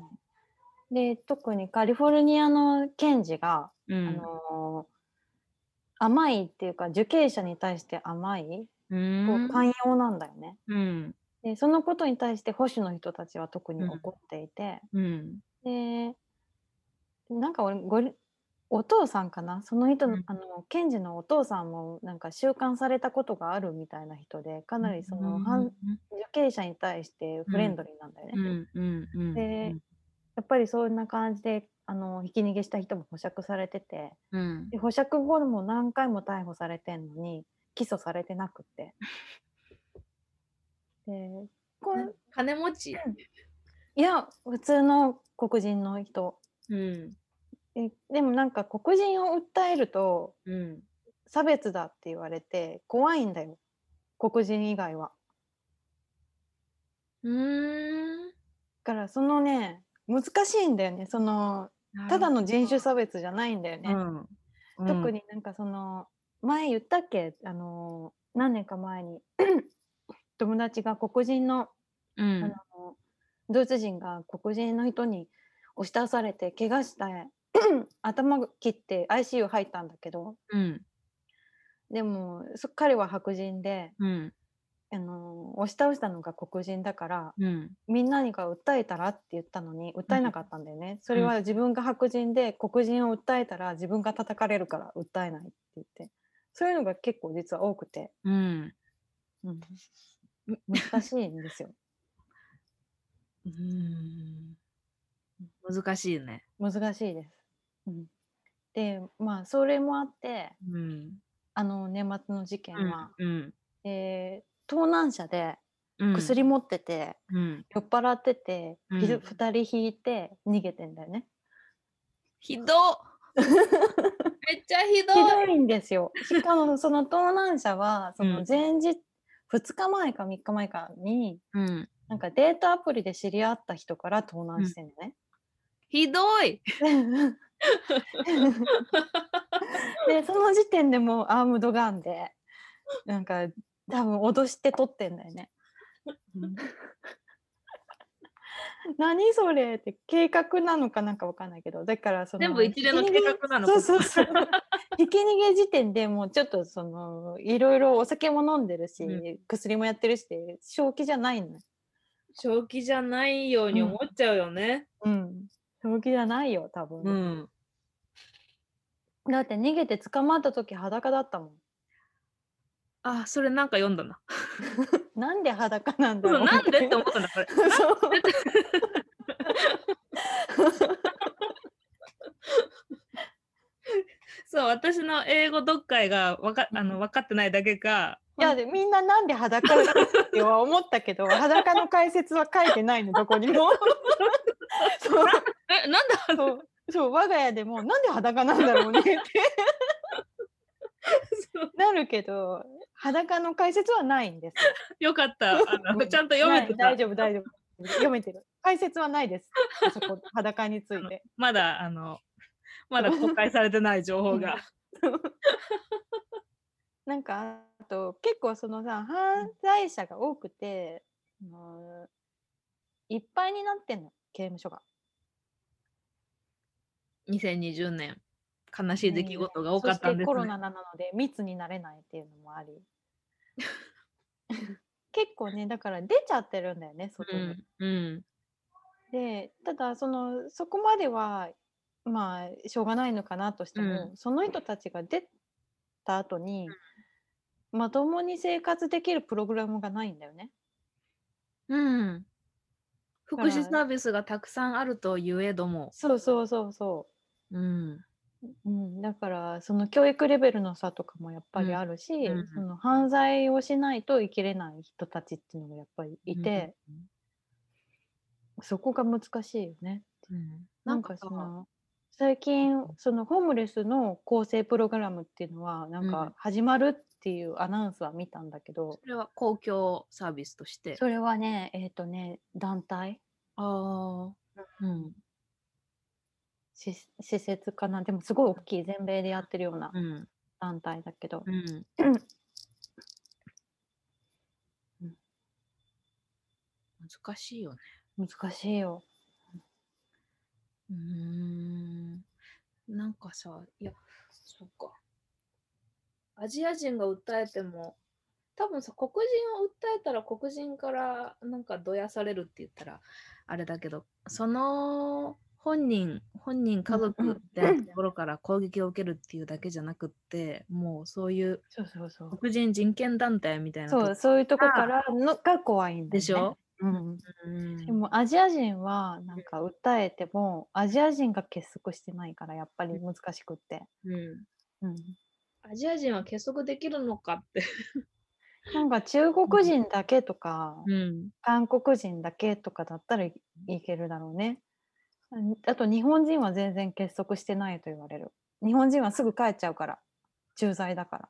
で特にカリフォルニアの検事が、うんあのー甘いっていうか受刑者に対して甘い、こうんう寛容なんだよね。うんでそのことに対して保守の人たちは特に怒っていて、うんでなんか俺ごりお父さんかなその人の,、うんあの検事のお父さんもなんか収監されたことがあるみたいな人でかなりその、反受刑者に対してフレンドリーなんだよね。うんうんうんでやっぱりそんな感じであのひき逃げした人も保釈されててうんで保釈後も何回も逮捕されてんのに起訴されてなく て。でこれ金持ちいや普通の黒人の人うんえでもなんか黒人を訴えるとうん差別だって言われて怖いんだよ黒人以外は。うーんだからそのね難しいんだよねそのただの人種差別じゃないんだよね。うん特になんかその前言ったっけあの何年か前に 友達が黒人の,、うんあのドイツ人が黒人の人に押し出されて怪我して 頭切って ICU 入ったんだけどうんでもそ彼は白人でうんあの押し倒したのが黒人だからうんみんなにが訴えたらって言ったのに訴えなかったんだよね、それは自分が白人で黒人を訴えたら自分が叩かれるから訴えないって言ってそういうのが結構実は多くて、うん難しいんで すようん難しいね難しいです。うん、でまあそれもあってうんあの年末の事件は、うんえー盗難車でうん薬持ってて、うん酔っ払ってて、ひどうん2人引いて逃げてんだよね。ひ どっめっちゃひどひいどいんですよ。 しかもその盗難者はそのうん前日、2日前か3日前かにうんなんかデートアプリで知り合った人から盗難してんのね。ひどい でその時点でもうアームドガンでなんか多分脅して取ってんだよね。何それって計画なのかなんかわかんないけどだからその全部一連のひき計逃げ画なのそうそうそう。 ひき逃げ時点でもうちょっとそのいろいろお酒も飲んでるし、うん薬もやってるし正気じゃないの。正気じゃないように思っちゃうよね。うん。正気じゃないよ多分、ん。だって逃げて捕まった時裸だったもあ、それなんか読んだな。ん。なんで裸なんだうろんう。 なんでって思ったんだ、これ。 そう そう、私の英語読解がわかあの分かってないだけか。いやでみんななんで裸なのっては思ったけど裸の解説は書いてないのどこに もそうえ、なんだそう そう我が家でもなんで裸なんだろうねって そうなるけど裸の解説はないんですよよか った。あのちゃんと読めてなたい大。丈夫大丈夫読めてる解説はないですあそこ裸についてまだ、あの、まだ公開されてない情報 が。なんかあと結構そのさ犯罪者が多くて、あのいっぱいになってんの刑務所が2020年、悲しい出来事が多かったんでそしてす、コロねナ。なので密になれないっていうのも あり結構ねだから出ちゃってるんだよね外うに。ん。うん。でただそのそこまではまあしょうがないのかなとしてうも、その人たちが出た後に、まともに生活できるプログラムがないんだよね。うん。福祉サービスがたくさんあるとゆえども。そうそうそうそうん。う。うん、だからその教育レベルの差とかもやっぱりあるし、うんうんその犯罪をしないと生きれない人たちっていうのがやっぱりいて、そこが難しいよね。うん。なんかその最近そのホームレスの構成プログラムっていうのはなんうんか始まるっていうアナウンスは見たんだけどそ、れは公共サービスとして。それはねえっ、とね団体ああ。うん。し施設かなでもすごい大きい全米でやってるようなうん。団体だけど、うん。難しいよね。難しいよ。うーん。なんかさ、いや、そっか。アジア人が訴えても、多分さ、黒人を訴えたら黒人からなんかどやされるって言ったら、あれだけど、その本人、本人家族ってところから攻撃を受けるっていうだけじゃなくって、もうそういうそうそうそう。黒人人権団体みたいなとこそう、そういうとこからのが怖いんだよねでしょ、うん、うんでもアジア人はなんか訴えてもアジア人が結束してないからやっぱり難しくって、うんうん、アジア人は結束できるのかって。なんか中国人だけとか、うん。韓国人だけとかだったらいいけるだろうねうんあと日本人は全然結束してないと言われる日本人はすぐ帰っちゃうから駐在だから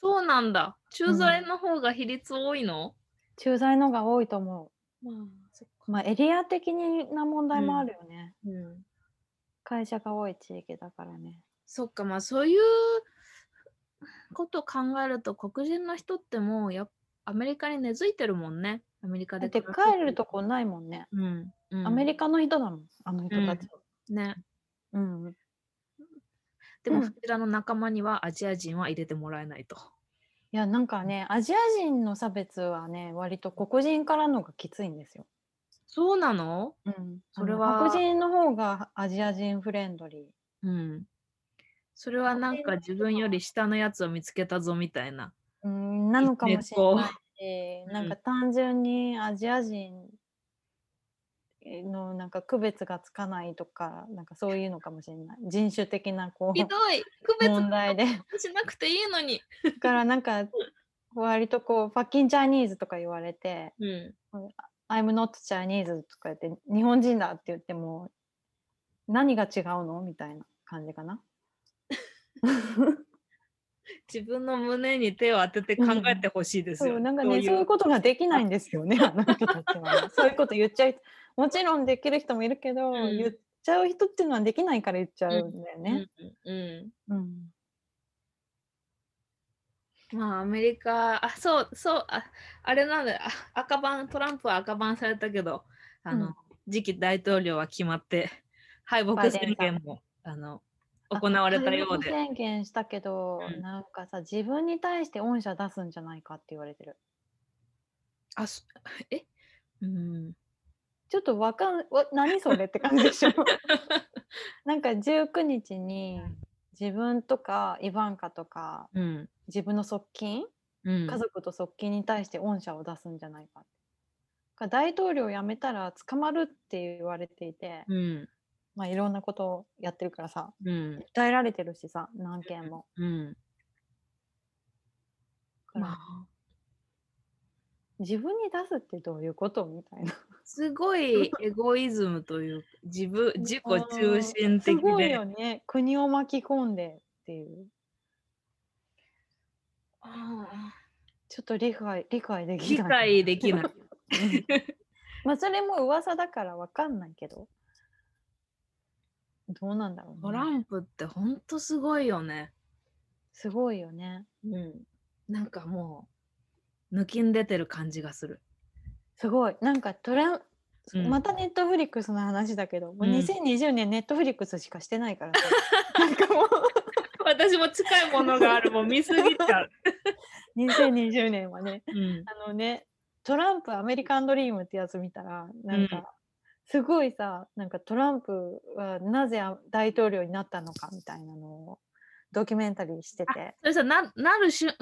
そうなんだ。駐在の方が比率多いの、駐在のが多いと思まあ、そっうまあエリア的な問題もあるよね、うん。会社が多い地域だからねそっか、まあそういうことを考えると、黒人の人ってもうやっアメリカに根付いてるもんね。アメリカだでって暮らして帰るとこないもんね、うん、うん。アメリカの人だもんあの人たち、ね。うん、でも、うんそちらの仲間にはアジア人は入れてもらえないと。いやなんかねアジア人の差別はね割と黒人からのがきついんですよ。そうなのうん、それあのは白人の方がアジア人フレンドリー。うん。それはなんか自分より下のやつを見つけたぞみたいな。うん、なのかもしれ猫ないし、なんか単純にアジア人のなんか区別がつかないとかなんかそういうのかもしれない人種的なこひどうい区別問題でしなくていいのに。だからなんか割とこう「パッキンチャイニーズ」とか言われてうん。 「I'm not Chinese」とか言って「日本人だ」って言っても何が違うのみたいな感じか な。自分の胸に手を当てて考えてほしいですそようね。なんかねそういうことができないんです よねあの人たちはね。そういうこと言っちゃいもちろんできる人もいるけど、ん言っちゃう人っていうのはできないから言っちゃうんだよね。うんうんうんまあアメリカあそうそうああれなんだよあ赤番トランプは赤番されたけどあの、うん次期大統領は決まって敗北バイデンさ宣ん言もあの行われたようあで敗北宣言したけど、うんなんかさ自分に対して恩赦出すんじゃないかって言われてる。あそえうんちょっとわかんわ何それって感じ でしょなんか19日に自分とかイバンカとかうん自分の側近、うん家族と側近に対して恩赦を出すんじゃないか。が大統領を辞めたら捕まるって言われていて、うんまあ、いろんなことをやってるからさうん訴えられてるしさ何件も。うんだからまあ自分に出すってどういうことみたいな。すごいエゴイズムというか自分自己中心 す的ごいでよね国を巻き込んでっていうああちょっと理解理解でき理ない。解できない。 まあそれも噂だからわかんないけどどうなんだろトう、ラね。ンプってほんとすごいよね。すごいよね。うん。なんかもう、抜きん出てる感じがする。すごいなんかトランうんまたネットフリックスの話だけど、もううん2020年ネットフリックスしかしてないからさ なんかも私も近いものがある、もう見すぎちゃう。う2020年はね うん。あのねトランプアメリカンドリームってやつ見たらなんうんかすごいさなんかトランプはなぜあ大統領になったのかみたいなのをドキュメンタリーしててそれさ、ななるしゅん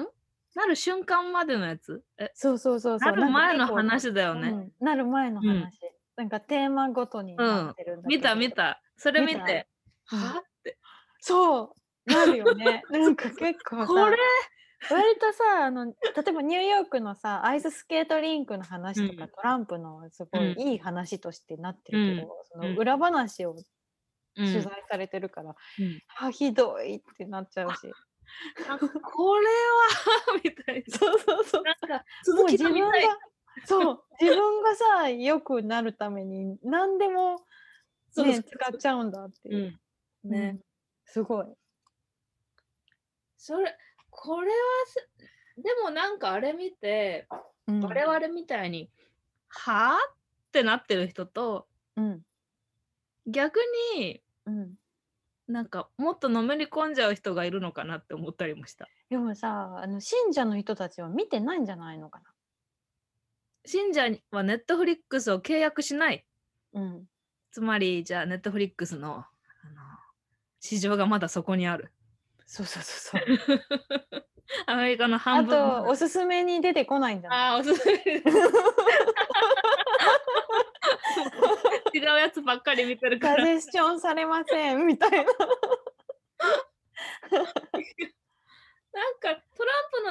なる瞬間までのやつえそうそうそうそなうる前のなんか話だよ結構ね。うんなる前のうん話、なんかテーマごとになってるんだけ見ど、た見た。それ見見て。うんはって。そうなる よねなんか結構さこれ割とさあの例えばニューヨークのさアイススケートリンクの話とか、うんトランプのすごうんいいい話としてなってるけど、その裏話をう取ん材されてるから、うんあひどいってなっちゃうし なんか これは みたいな。そうそうそうなんか、もう続き自が見分がたい。そう自分がさ良くなるために何でも、そうね、そう使っちゃうんだっていうう、ん。ね。うんすごいそれこれはすでもなんかあれ見てうん我々みたいに「はあ?」ってなってる人とうん逆にうんなんかもっとのめり込んじゃう人がいるのかなって思ったりもした。でもさあの信者の人たちは見てないんじゃないのか信者はネットフリックスを契約しない。な。うん、つまりじゃあネットフリックスのあの市場がまだそこにある。 そうそうそうそう。アメリカのあ半分とおすすめに出てこないんじゃないあーお すすめです違うやつばっかり見てるかサらジェスションされませんみた なんいな。かトラ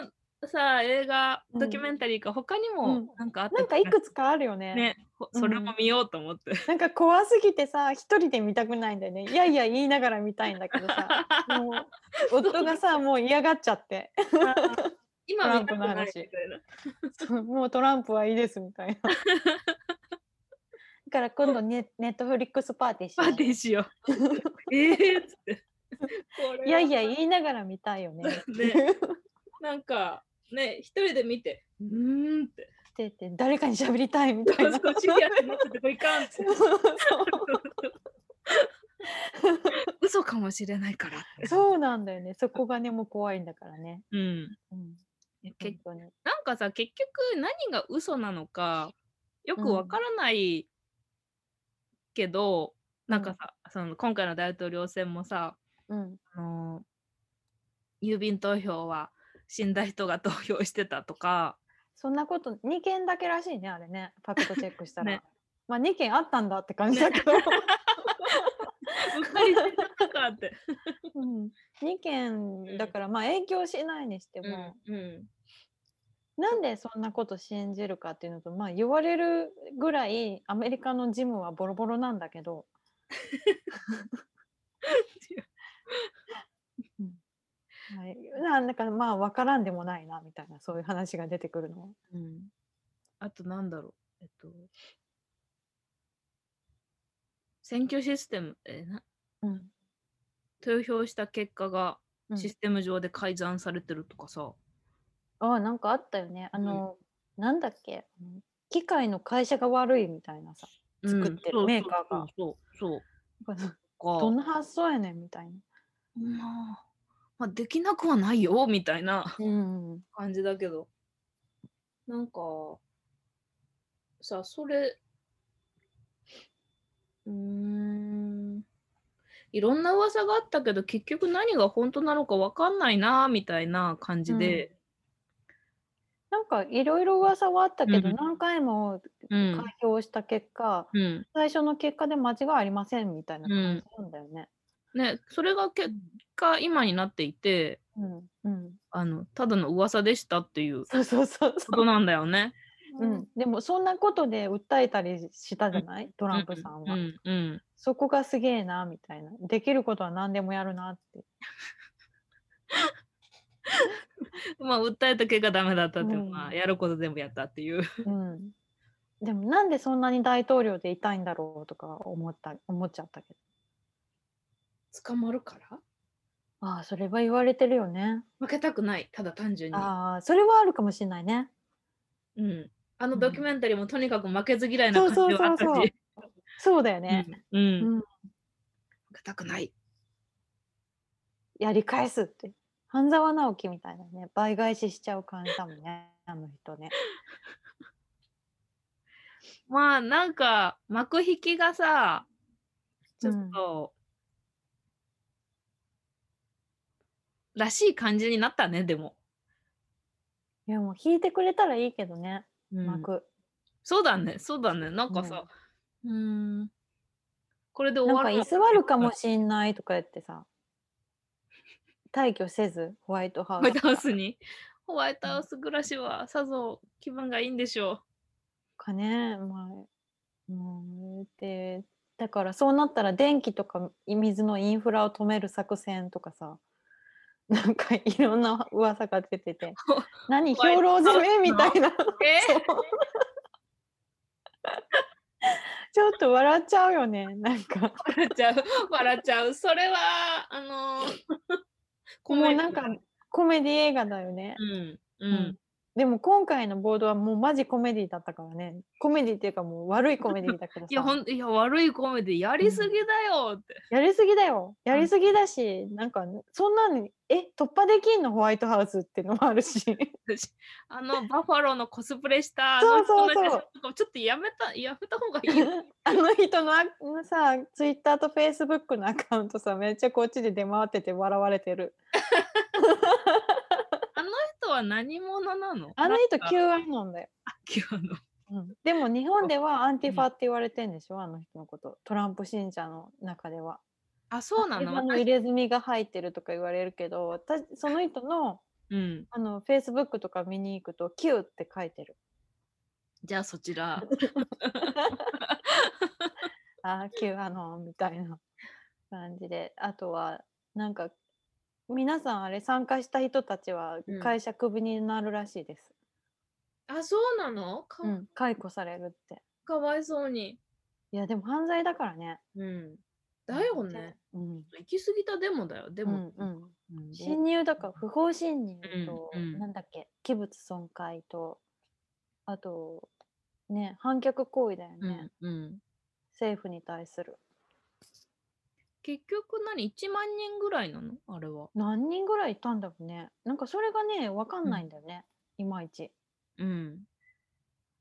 ンプのさ映画うんドキュメンタリーか他にうんもなんかあったなんかいくつかあるよね。ねほそれも見ようと思って、なんか怖すぎてさ一人で見たくないんだよね。いやいや言いながら見たいんだけど さもう夫がさもう嫌がっちゃってト今ラ見ンたプくのないみ話たいなそうもうトランプはいいですみたいな。だから今 度ネネットフリックスパーティーしパようーティーし ようええっつっていやいやい言いながら見たいよね。ねなんかね一人で見てうーんって って言って誰かに喋りたいみたいそうな。そうシリアスになっててこいかんって嘘かもしれないからって そうなんだよね。そこがねもう怖いんだからね。うんうん、結本当に。なんかさ結局何が嘘なのかよくわからないけど、なんかさその今回の大統領選もさ、うんあの郵便投票は死んだ人が投票してたとかそんなこと2件だけらしいねあれ ねパクトチェックしたら、ねまあ2件あったんだって感じだけど、うっかりしてたとかって。 うん、2件だからまあ影響しないにしても、 うんなんでそんなこと信じるかっていうのとまあ言われるぐらいアメリカのジムはボロボロなんだけ どうんはい、なんだからまあ分からんでもないなみたいなそういう話が出てくるの。うんあとなんだろうえっと選挙システムえなうん投票した結果がうんシステム上で改ざんされてるとかさ、ああ、なんかあったよね。あの、なんだっけ、あの機械の会社が悪いみたいなさ。作ってるそうメーカーがそうそうなんかそうどんかな発想やねんみたいな。まあ、まあ、できなくはないよみたいなうん。感じだけどなんかさそれうーんいろんな噂があったけど結局何が本当なのかわかんないなみたいな感じで、なんかいろいろ噂はあったけど、うん何回もうん開票した結果、うん最初の結果で間違いありませんみたいな感じなんだよね。ね、それが結果今になっていてうん。うん。あのただの噂でしたっていうそうそうそうそことなんだよね。う。うん。でもそんなことで訴えたりしたじゃない、トランプさんは。うんうんそこがすげえなみたいな。できることは何でもやるなって。まあ訴えた結果ダメだったって、うんまあやること全部やったっていう。うん、でもなんでそんなに大統領でいたいんだろうとか思った思っちゃったけど捕まるからああそれは言われてるよね負けたくないただ単純にあ,、ああそれはあるかもしれないねうん、あのうんドキュメンタリーもとにかく負けず嫌いな感じはあったしそうそうそうそうだよね、うんうんうん負けたくないやり返すって半沢直樹みたいなね倍返ししちゃう感じだもんねあの人ねまあなんか幕引きがさちょっと、らしい感じになったねでも、いやもう引いてくれたらいいけどねうん幕、そうだねそうだねなんかさうーんこれで終なんわかる居座るかもしんないとか言ってさ退去せずホワイトハウホワイストかハウらスに。ホワイトハウス暮らしはさぞ気分がいいんでしょかね、まあ、うん、で、だからそうなったら電気とか水のインフラを止める作戦とかさ、 なんかいろんな噂が出 てて、何、ホワイ兵トハウ糧ス攻めみたいな、う。えちょっと笑っちゃうよね、なんか。笑っちゃう笑っちゃうそれはあの ー、もうなんかうコメディ映画だよね。んううんんでも今回のボードはもうマジコメディだったからね。コメディっていうかもう悪いコメディだからさ。いや、ほんいや悪いコメディやりすぎだよって。やりすぎだよ。やりすぎだし、なんかそんなに、え、突破できんのホワイトハウスっていうのもあるし。 あの、バファローのコスプレしたあそうのそう人そのう写真とかもちょっとやめた、やめた方がいいよ。あの人のあのさ、ツイッターとフェイスブックのアカウントさ、めっちゃこっちで出回ってて笑われてる。あの人は何者なのあの人なんか Q アノンだよ。あ Q の。うん、でも日本ではアンティファって言われてんでしょ、あの人のこと。トランプ信者の中では。あ、そうなアンティのファの入れ墨が入ってるとか言われるけど、私その人のうん。あの、フェイスブックとか見に行くと、Q って書いてる。じゃあそち ら。ああ、Q あの、みたいな感じで。あとは、なんか、皆さんあれ参加した人たちはうん会社クビになるらしいです。あ、そうなのか,、うん、解雇されるって。かわいそうに。いや、でも犯罪だからね。うん。だよね。。うん。行き過ぎたでもだよ。ででも。も、うん、うん侵入だから不法侵入と、うんうんなんだっけ器物損壊とあとね反逆行為だよね、うんうん、政府に対する結局何 ?1 万人ぐらいなのあれは。何人ぐらいいたんだろうねなんかそれがね分かんないんだよね、いまいちうん。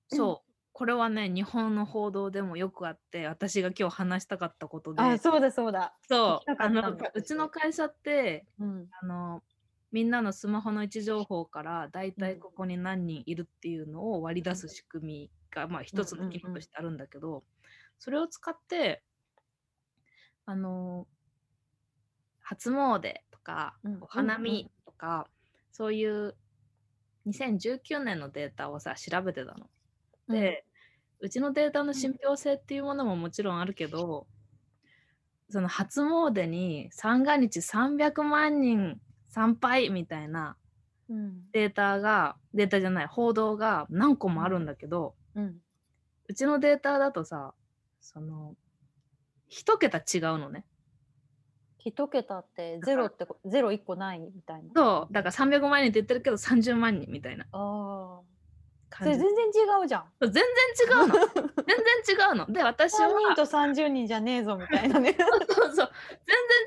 そう。これはね、日本の報道でもよくあって、私が今日話したかったことで、あそうだそうだそう聞きたかあったのんだうちの会社ってうんあの、みんなのスマホの位置情報から、だいたいここに何人いるっていうのを割り出す仕組みが、まあ、一つの機能としてあるんだけど、それを使って、あの、初詣とかうん、お花うんう見とか、そういう2019年のデータをさ、調べてたの。で、うちのデータの信憑性っていうものももちろんあるけど、その初詣に三が日300万人参拝みたいなうんデータがデータじゃない報道が何個もあるんだけど、うんうちのデータだとさその一桁違うのね一桁ってゼロってこゼロ一個ないみたいなそうだから300万人って言ってるけど30万人みたいなあーそ感れじ全然違うじゃん全然違うの全然違うので私は3人と30人じゃねえぞみたい なねそうそう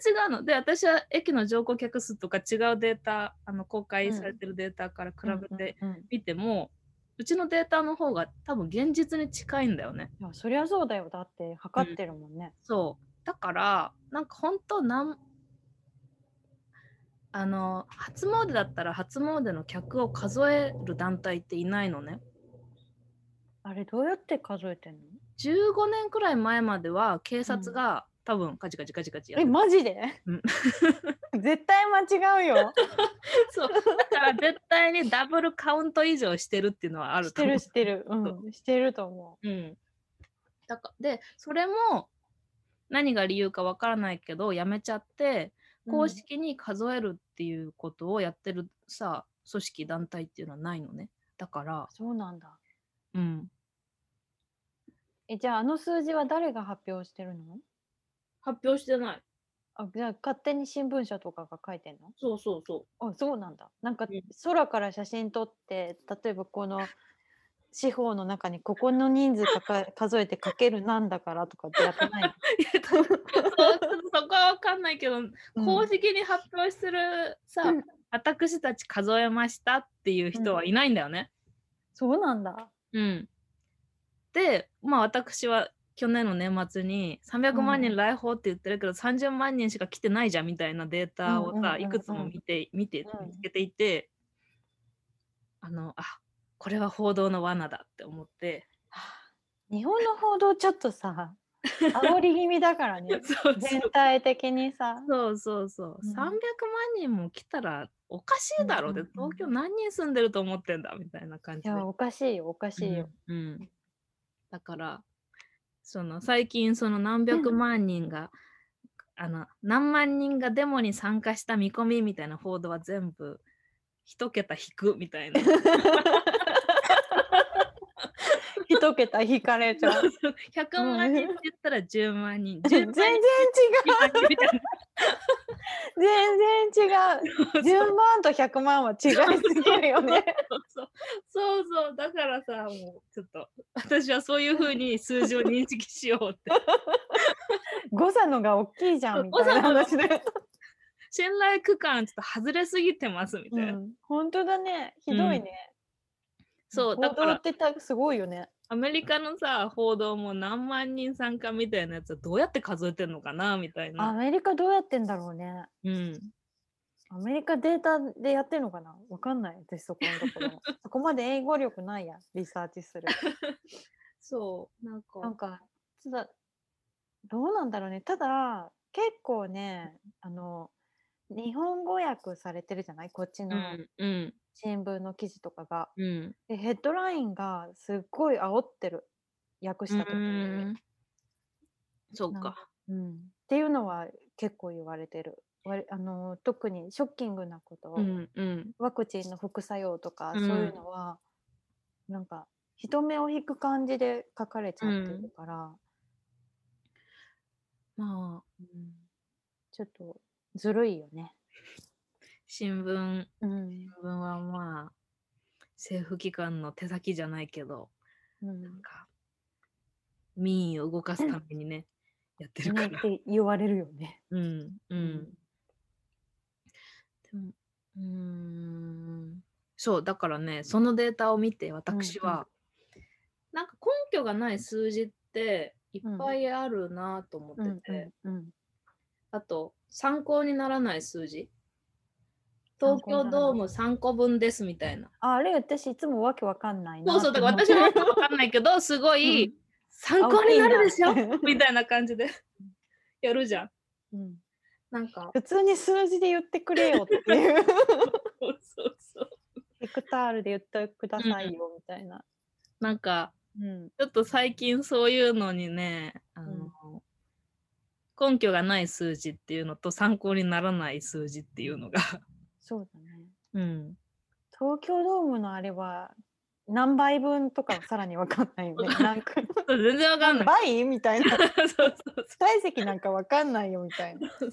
全然違うので私は駅の乗降客数とか違うデータあの公開されてるデータから比べてうんうんうんみても、うちのデータの方が多分現実に近いんだよねいやそりゃそうだよだって測ってるもんね、そうだからなんか本当なんあの初詣だったら初詣の客を数える団体っていないのねあれどうやって数えてんの15年くらい前までは警察が、多分カチカチカチカチやっえてたマジでうん 絶対間違うよ そうだから絶対にダブルカウント以上してるっていうのはあ知っると思うてる知ってるうそんしてると思うん、だかでそれも何が理由かわからないけどやめちゃってう公式に数えるっていうことをやってるさ、組織団体っていうのはないのねだから、そうなんだうん、えじゃああの数字は誰が発表してるの発表してないあじゃあ勝手に新聞社とかが書いてんのそうそうそあそうなんだなんかうん空から写真撮って例えばこの四方の中にここの人数かか数えてかけるなんだからとかってやってないの、う いや多分そうちょっとそこはわかんないけど、 うん公式に発表するさ、うん私たち数えましたっていう人はいないんだよね、そうなんだうん、でまあ私は去年の年末に300万う人ん来訪って言ってるけど、30万人しか来てないじゃんみたいなデータをうんうんうんさ、うんいくつも見て見てうん見つけていて、あのあこれは報道の罠だって思 って日本の報道ちょっとさ煽り気味だから ねそうそ全う体的にさそうそうそう、うん300万人も来たらおかしいだろうで、うんうんうん東京何人住んでると思ってんだみたいな感いじでやおかしいよおかしいよ、うんうんだからその最近その何百万人が、あの何万人がデモに参加した見込みみたいな報道は全部 一桁引くみたいな一 一桁引かれちゃ う。 100万人って言ったら10万人。全10然違万う人。みたいな全然違う。10万と100万は違いすぎるよね。そうそうそうだからさもうちょっと私はそういうふうに数字を認識しようって誤差のが大きいじゃんみたいな話で。信頼区間ちょっと外れすぎてますみたういな、ん、本当だね。ひどいね。そうだか報道らってたすごいよね。アメリカのさ報道も何万人参加みたいなやつはどうやって数えてんのかなみたいアな、メリカどうやってんだろうね。うん、アメリカデータでやってんのかなわかんない。私そこのところ。 そこまで英語力ないや。リサーチする。そうなんかなんか、ただ、どうなんだろうね。ただ、結構ね、あの、日本語訳されてるじゃないこっちうのんうん新聞の記事とかが。うんでヘッドラインがすっごい煽ってる。訳した時に。そうなんかうんっていうのは結構言われてる。わりあの特にショッキングなことを、うんうんワクチンの副作用とか、うんそういうのはなんか人目を引く感じで書かれちゃってうんるから、まあうんちょっとずるいよね。新聞うん新聞はまあ政府機関の手先じゃないけどうんなんか民意を動かすためにね、やってるねかっら。て言われるよね。うんうんん。でもうーんそうだからねそのデータを見て私は、なんか根拠がない数字っていっぱいあるなと思ってうて、んうんうんあと参考にならない数字参東考にな京らないドーム3個分ですみたいなああれ私いつもわけわかんないなそうそう、だとか思らって私もわけわかんないけど、すごういん参考になるでしょあ大きいなみたいな感じで やるじゃん。うんなん か、普通に数字で言ってくれよって いう。そうそうそう。ヘクタールで言ってくださいよみたいな。なんか、うんちょっと最近そういうのにね、あの、根拠がない数字っていうのと参考にならない数字っていうのが、そうだね。うん、東京ドームのあれは何倍分とかはさらに分かんないよね。なんかそう全然わかんない。倍みたいな。 そうそうそう。体積なんか分かんないよみたいな。全然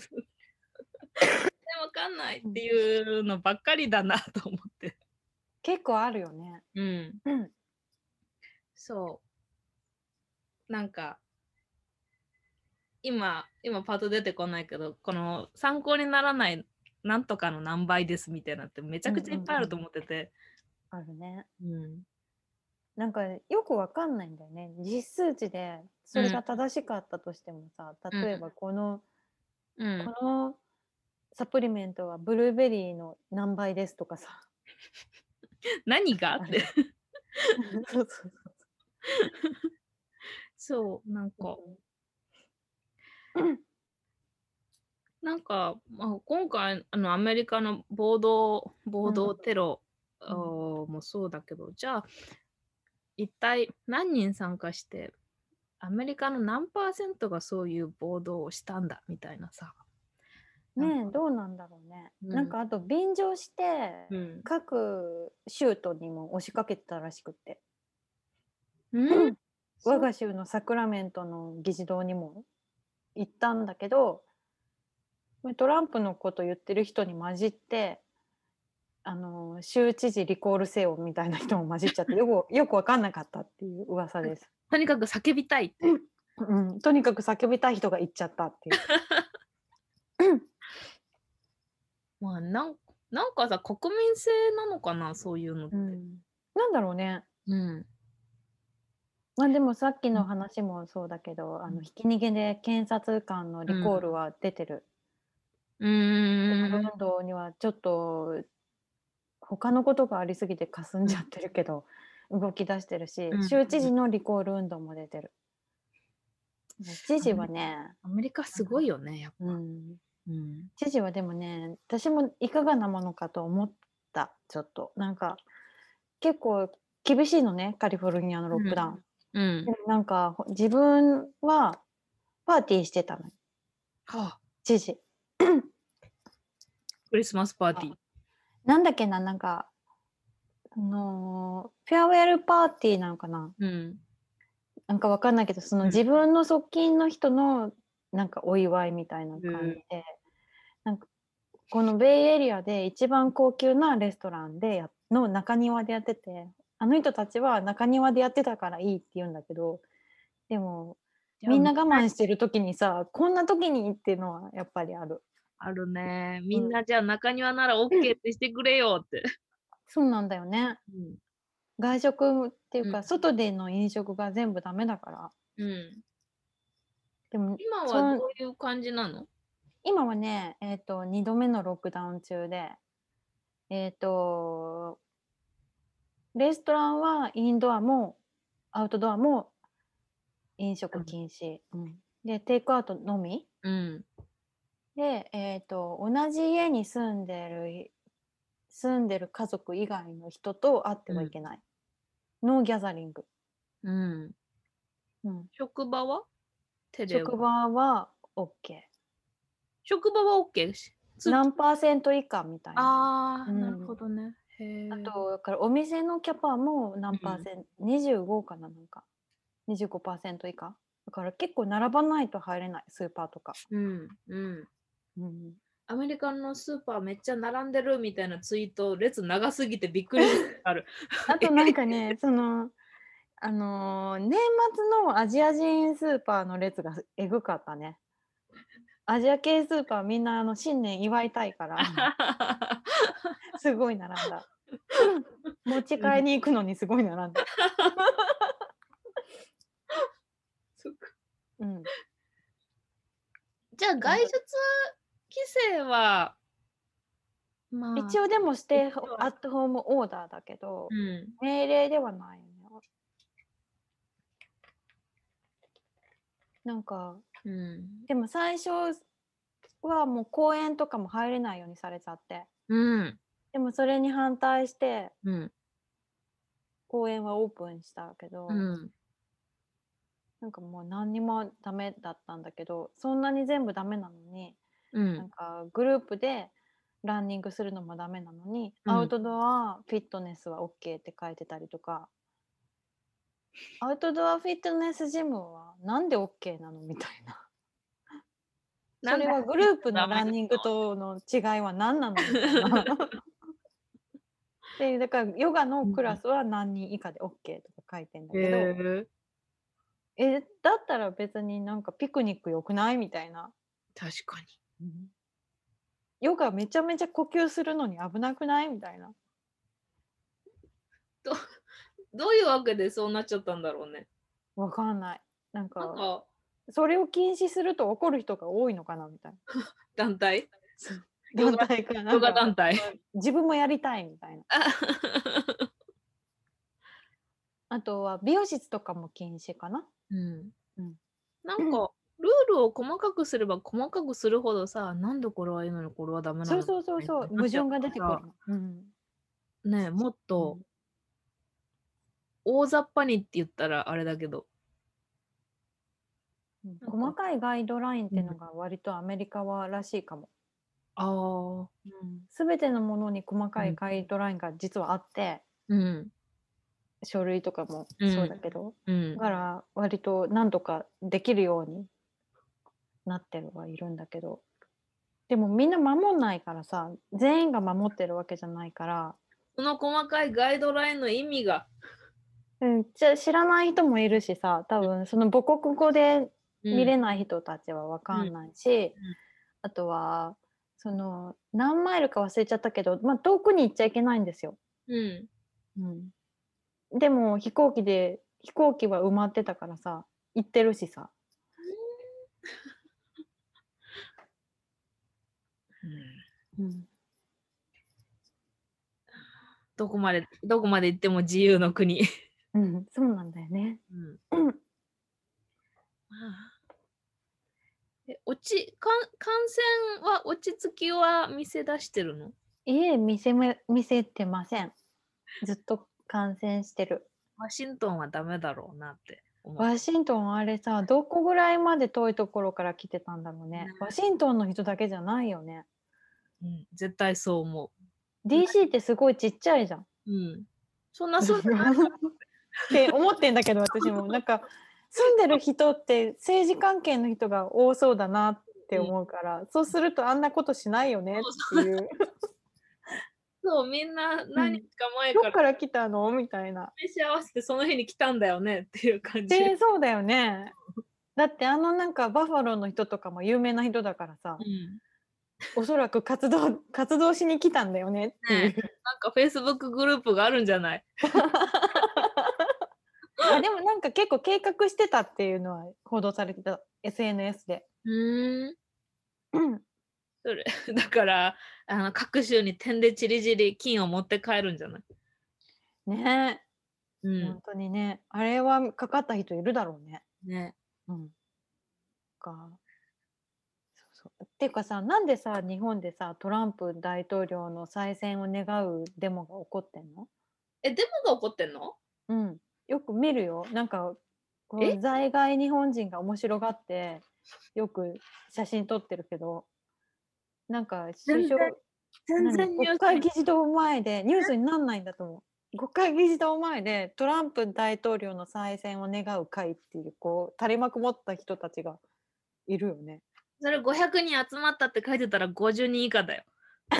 わかんないっていうのばっかりだなと思って。結構あるよね。うん。うんそう。なんか、今、今パート出てこないけど、この参考にならないなんとかの何倍ですみたいなってめちゃくちゃいっぱいあると思ってて。あるね。うん。なんかよく分かんないんだよね。実数値でそれが正しかったとしてもさ、ん例えばこの、うん。このサプリメントはブルーベリーの何倍ですとかさ。何があっれて。 そうそうそう、なんそかう、。なんか、まあ、今回、あの、アメリカの暴動、暴動テロ、んおーもそうだけど、じゃあ、一体何人参加して、アメリカの何パーセントがそういう暴動をしたんだみたいなさ。ねなえんかどうなんだろうね、うんなんかあと便乗してうん。各州都にも押しかけてたらしくってうん、我が州のサクラメントの議事堂にも行ったんだけどトランプのこと言ってる人に混じってあの州知事リコールせよみたいな人も混じっちゃってよ くよく分かんなかったっていう噂です、とにかく叫びたいって。うん、とにかく叫びたい人が行っちゃったっていうまあ、なんなんかさ、国民性なのかな、そう いうのって。ううん。ん、なんだろうねまあでもさっきの話もそうだけど、あうのんひき逃げで検察官のリコールは出てる。ううーロンん。ドンにはちょっと他のことがありすぎてかすんじゃってるけど、動き出してるし、うん州知事のリコール運動も出てる。知事はね、アメリカすごいよね、やっぱ。うん、うん。知事はでもね、私もいかがなものかと思った、ちょっと。なんか結構厳しいのね、カリフォルニアのロックダウン。うん。でもなんかほ自分はパーティーしてたのよはあ、知事クリスマスパーティー。なんだっけななんかあのーフェアウェルパーティーなのかなうん。なんかわかんないけどそのうん自分の側近の人のなんかお祝いみたいな感じで、なんかこのベイエリアで一番高級なレストランでやの中庭でやっててあの人たちは中庭でやってたからいいって言うんだけどでもみんな我慢してる時にさこんな時にっていうのはやっぱりあるあるね。みんなじゃあ中庭なら OK ってしてくれよって。そうなんだよね外食っていうか、うん外での飲食が全部ダメだからうん。でも今そはうどういう感じなの今はね、えっと2度目のロックダウン中で、えっとレストランはインドアもアウトドアも飲うん食禁止、でテイクアウトのみうん。で、えっと同じ家に住んでるい住んでる家族以外の人と会ってはいけない、ノーギャザリング、うん。うん、職場はテレワー職場は OK 職場は OK し。通知何パーセント以下みたいな。ああ、うんなるほどね。へえ。あと、だからお店のキャパも何パーセント、25かな、なんか。25%以下。だから結構並ばないと入れない、スーパーとか。うんうん。うん、アメリカのスーパーめっちゃ並んでるみたいなツイート、列長すぎてびっくりする時あ る。あとなんか ね、その、あのー年末のアジア人スーパーの列がえぐかった ね。アジア系スーパーみんなあの新年祝いたい から、すごい並 んだ。持ち帰りに行くのにすごい並んだ。そっかうん、 じゃあ外出規制は、まあ、一、応でもステイ一応はアットホームオーダーだけど、うん、命令ではないよね。なんかうん、でも最初はもう公園とかも入れないようにされちゃってうん、でもそれに反対してうん、公園はオープンしたけど、うん、なんかもう何にもダメだったんだけどそんなに全部ダメなのに、うなんん、かグループでランニングするのもダメなのに、うんアウトドアフィットネスは OK って書いてたりとかアウトドアフィットネスジムはなんで OK なのみたい な。それはグループのランニングとの違いは何なのみた いなでだからヨガのクラスは何人以下で OK とか書いてんだけど、ええだったら別になんかピクニックよくないみたいな、確かに。ヨガめちゃめちゃ呼吸するのに危なくないみたいなどういうわけでそうなっちゃったんだろうね。わかんないなんかなんかそれを禁止すると怒る人が多いのかなみたい団体な ヨガ団体かな動ん画か団体。自分もやりたいみたいなあとは美容室とかも禁止かなうんうんなんか、ルールを細かくすれば細かくするほどさ、なんでこれはいいのにこれはダメなのそうそうそうそう矛盾が出てくるなんかの、うん、ねえもっと大雑把にって言ったらあれだけど、うんなんか細かいガイドラインっていううのんが割とアメリカはらしいかも。ああ、すべてのものに細かうんいガイドラインが実はあって、うん、書類とかもうんそうだけど、うんだか、ら割と何とかできるようになってるはいるんだけど、でもみんな守んないからさ、全員が守ってるわけじゃないから、その細かいガイドラインの意味が、うん、じゃ知らない人もいるしさ、多分その母国語で見れなない人たちは分かんないし、あとはその何マイルか忘れちゃったけど、まあ、遠くに行っちゃいけないんですよ。うん、でも飛行機で飛行機は埋まってたからさ行ってるしさどこまでどこまで行っても自由の国、うん、そうなんだよね。うんうんえ落ち感感染は落ち着きは見せ出してるの家見せめ見せてません。ずっと感染してる。ワシントンはダメだろうなって思うワシントンあれさどこぐらいまで遠いところから来てたんだろうね。ワシントンの人だけじゃないよね。うん、絶対そう思 DC ってすごいちっちゃいじゃん。 う、うん、そんなそうじゃないって思ってんだけど私もなんか住んでる人って政治関係の人が多そうだなって思うから、そうするとあんなことしないよねっていうそう、みんな何日か前どかっらから来たのみたいな。試し合わせてその日に来たんだよねっていう感じ。でそうだよね。だってあのなんかバファローの人とかも有名な人だからさ、うんおそらく活動活動しに来たんだよねっていう。ねなんか Facebook グループがあるんじゃない あでもなんか結構計画してたっていうのは報道されてた SNS で。うんうんそれ だからあの各州に点でちりぢり金を持って帰るんじゃない、ねうえ、本当にねあれはかかった人いるだろうね。ん、ねうん、かそうそうっていうかさなんでさ日本でさトランプ大統領の再選を願うデモが起こってんのえデモが起こってんのうん、よく見るよ。なんかこえう在外日本人が面白がってよく写真撮ってるけどなんか全首然相全然何ニュー国ス会議事堂前でニュースになんないんだと思う。国会議事堂前でトランプ大統領の再選を願う会っていうこう垂れ幕持った人たちがいるよね。それ500人集まったって書いてたら50人以下だよ。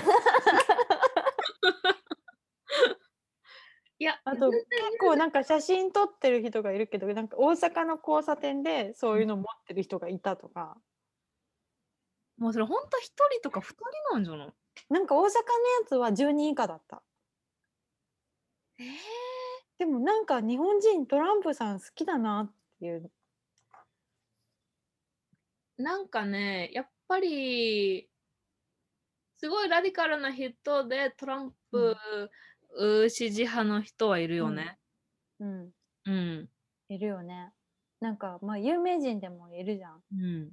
いや、あと結構なんか写真撮ってる人がいるけどなんか大阪の交差点でそういうの持ってる人がいたとか。もうそれほんと1人とか2人なんじゃないなんか大阪のやつは10人以下だった。えでもなんか日本人トランプさん好きだなっていう。ーなんかね、やっぱり、すごいラディカルな人でトランプ、うー支持派の人はいるよね。うん。うん。いるよね。なんかまあ有名人でもいるじゃん。うん。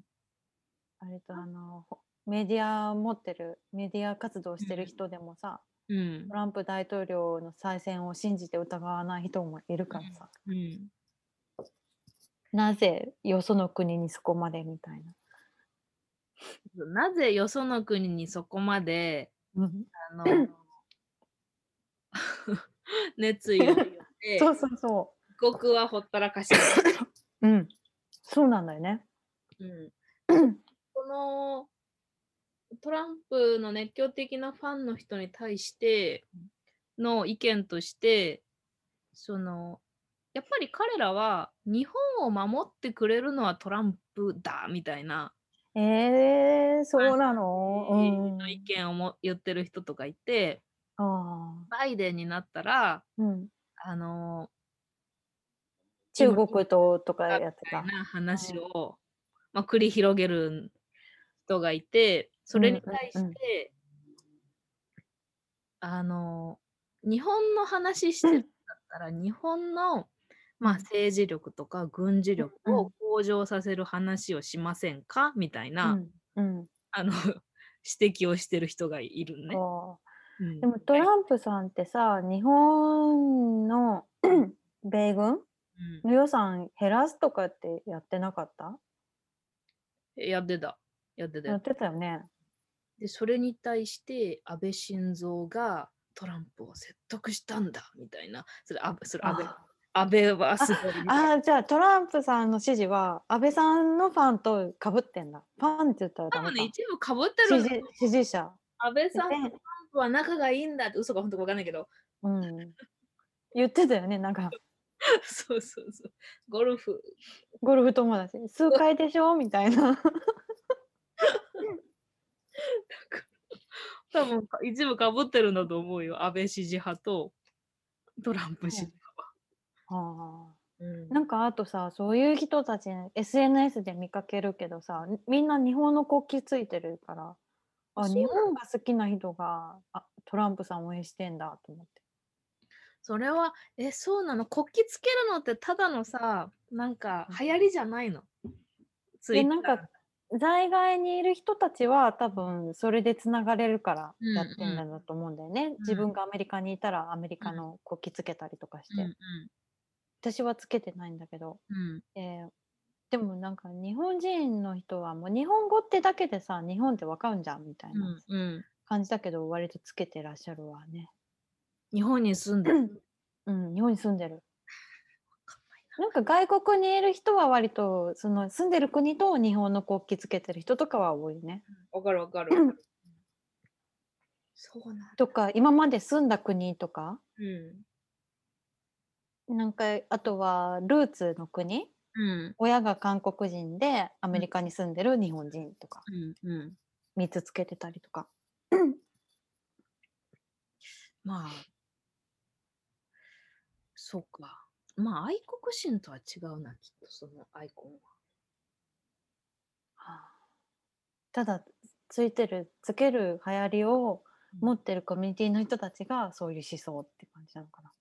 あれとあのほメディア持ってるメディア活動してる人でもさ、うんト。ランプ大統領の再選を信じて疑わない人もいるからさ。うん、なぜよその国にそこまでみたいなぜよその国にそこまでな。あの 熱意を持って そうそうそ帰国はほったらか し、う。うん。そうなんだよね。うん、このトランプの熱狂的なファンの人に対しての意見としてそのやっぱり彼らは日本を守ってくれるのはトランプだみたいなえー、そうなの、うん、の意見をも言ってる人とかいてあバイデンになったらー、うん、あの中国ととかだやってみたたい。な話を、まあ、繰り広げる人がいてそれに対して、うんうんうんあの日本の話してるんだったら、日本の、まあ、政治力とか軍事力うを向上させる話をしませんかみたいな、うんうんあの指摘をしてる人がいるね。あうんーでもトランプさんってさ日本の米う軍んの予算減らすとかってやってなかったやってた。やってたやよってたよね。でそれに対して安倍晋三がトランプを説得したんだみたいなそれ安倍それ安倍あ安倍はすごいみたいなあーじゃあトランプさんの支持は安倍さんのファンとかぶってんだ。ファンって言った多らダメ分かね、一部かぶってる支んだ持支持者。安倍でさんとトランプは仲がいいんだって嘘か本当か分かんないけど うん、言ってたよねなんかそうそうそうゴルフゴルフ友達数回でしょみたいな。多分一部かぶってるんだと思うよ安倍支持派とトランプ支持派あーうんなんかあとさそういう人たち SNS で見かけるけどさみんな日本の国旗ついてるからあそう日なの本が好きな人があトランプさん応援してんだと思ってそれはえそうなの国旗つけるのってただのさなんか流行りじゃないのツイでッなんターか在外にいる人たちは多分それでつながれるからやってんだうんうろうと思うんだよね、自分がアメリカにいたらアメリカの国旗つけたりとかして、うん私はつけてないんだけど、うんうんえーでもなんか日本人の人はもう日本語ってだけでさ日本ってわかるんじゃんみたいな。うんうん感じだけど割とつけてらっしゃるわね。 日本に住んでる。うん、日本に住んでる。なんか外国にいる人は割とその住んでる国と日本の国旗つけてる人とかは多いね。わかるわかる。うんそうなんだ。とか今まで住んだ国とかうん。なんかあとはルーツの国うん。親が韓国人でアメリカに住んでる日本人とかうん。うん。 3つつけてたりとか。まあ。そうか。まあ、愛国心とは違うな、きっと、そのアイコンは。ただついてるつける流行りを持ってるコミュニティの人たちがそういう思想って感じなのかな。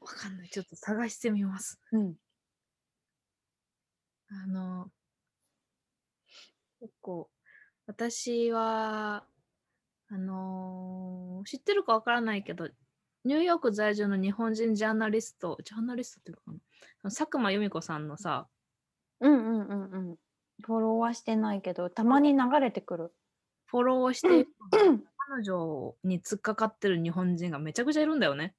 わかんない。ちょっと探してみます。うんあの、結構、私は、あのー知ってるかわからないけど、ニューヨーク在住の日本人ジャーナリスト、ジャーナリストっていうのかな、その佐久間由美子さんのさ、うんうんうんうん。フォローはしてないけど、たまに流れてくる。フォローをしている彼女に突っかかってる日本人がめちゃくちゃいるんだよね。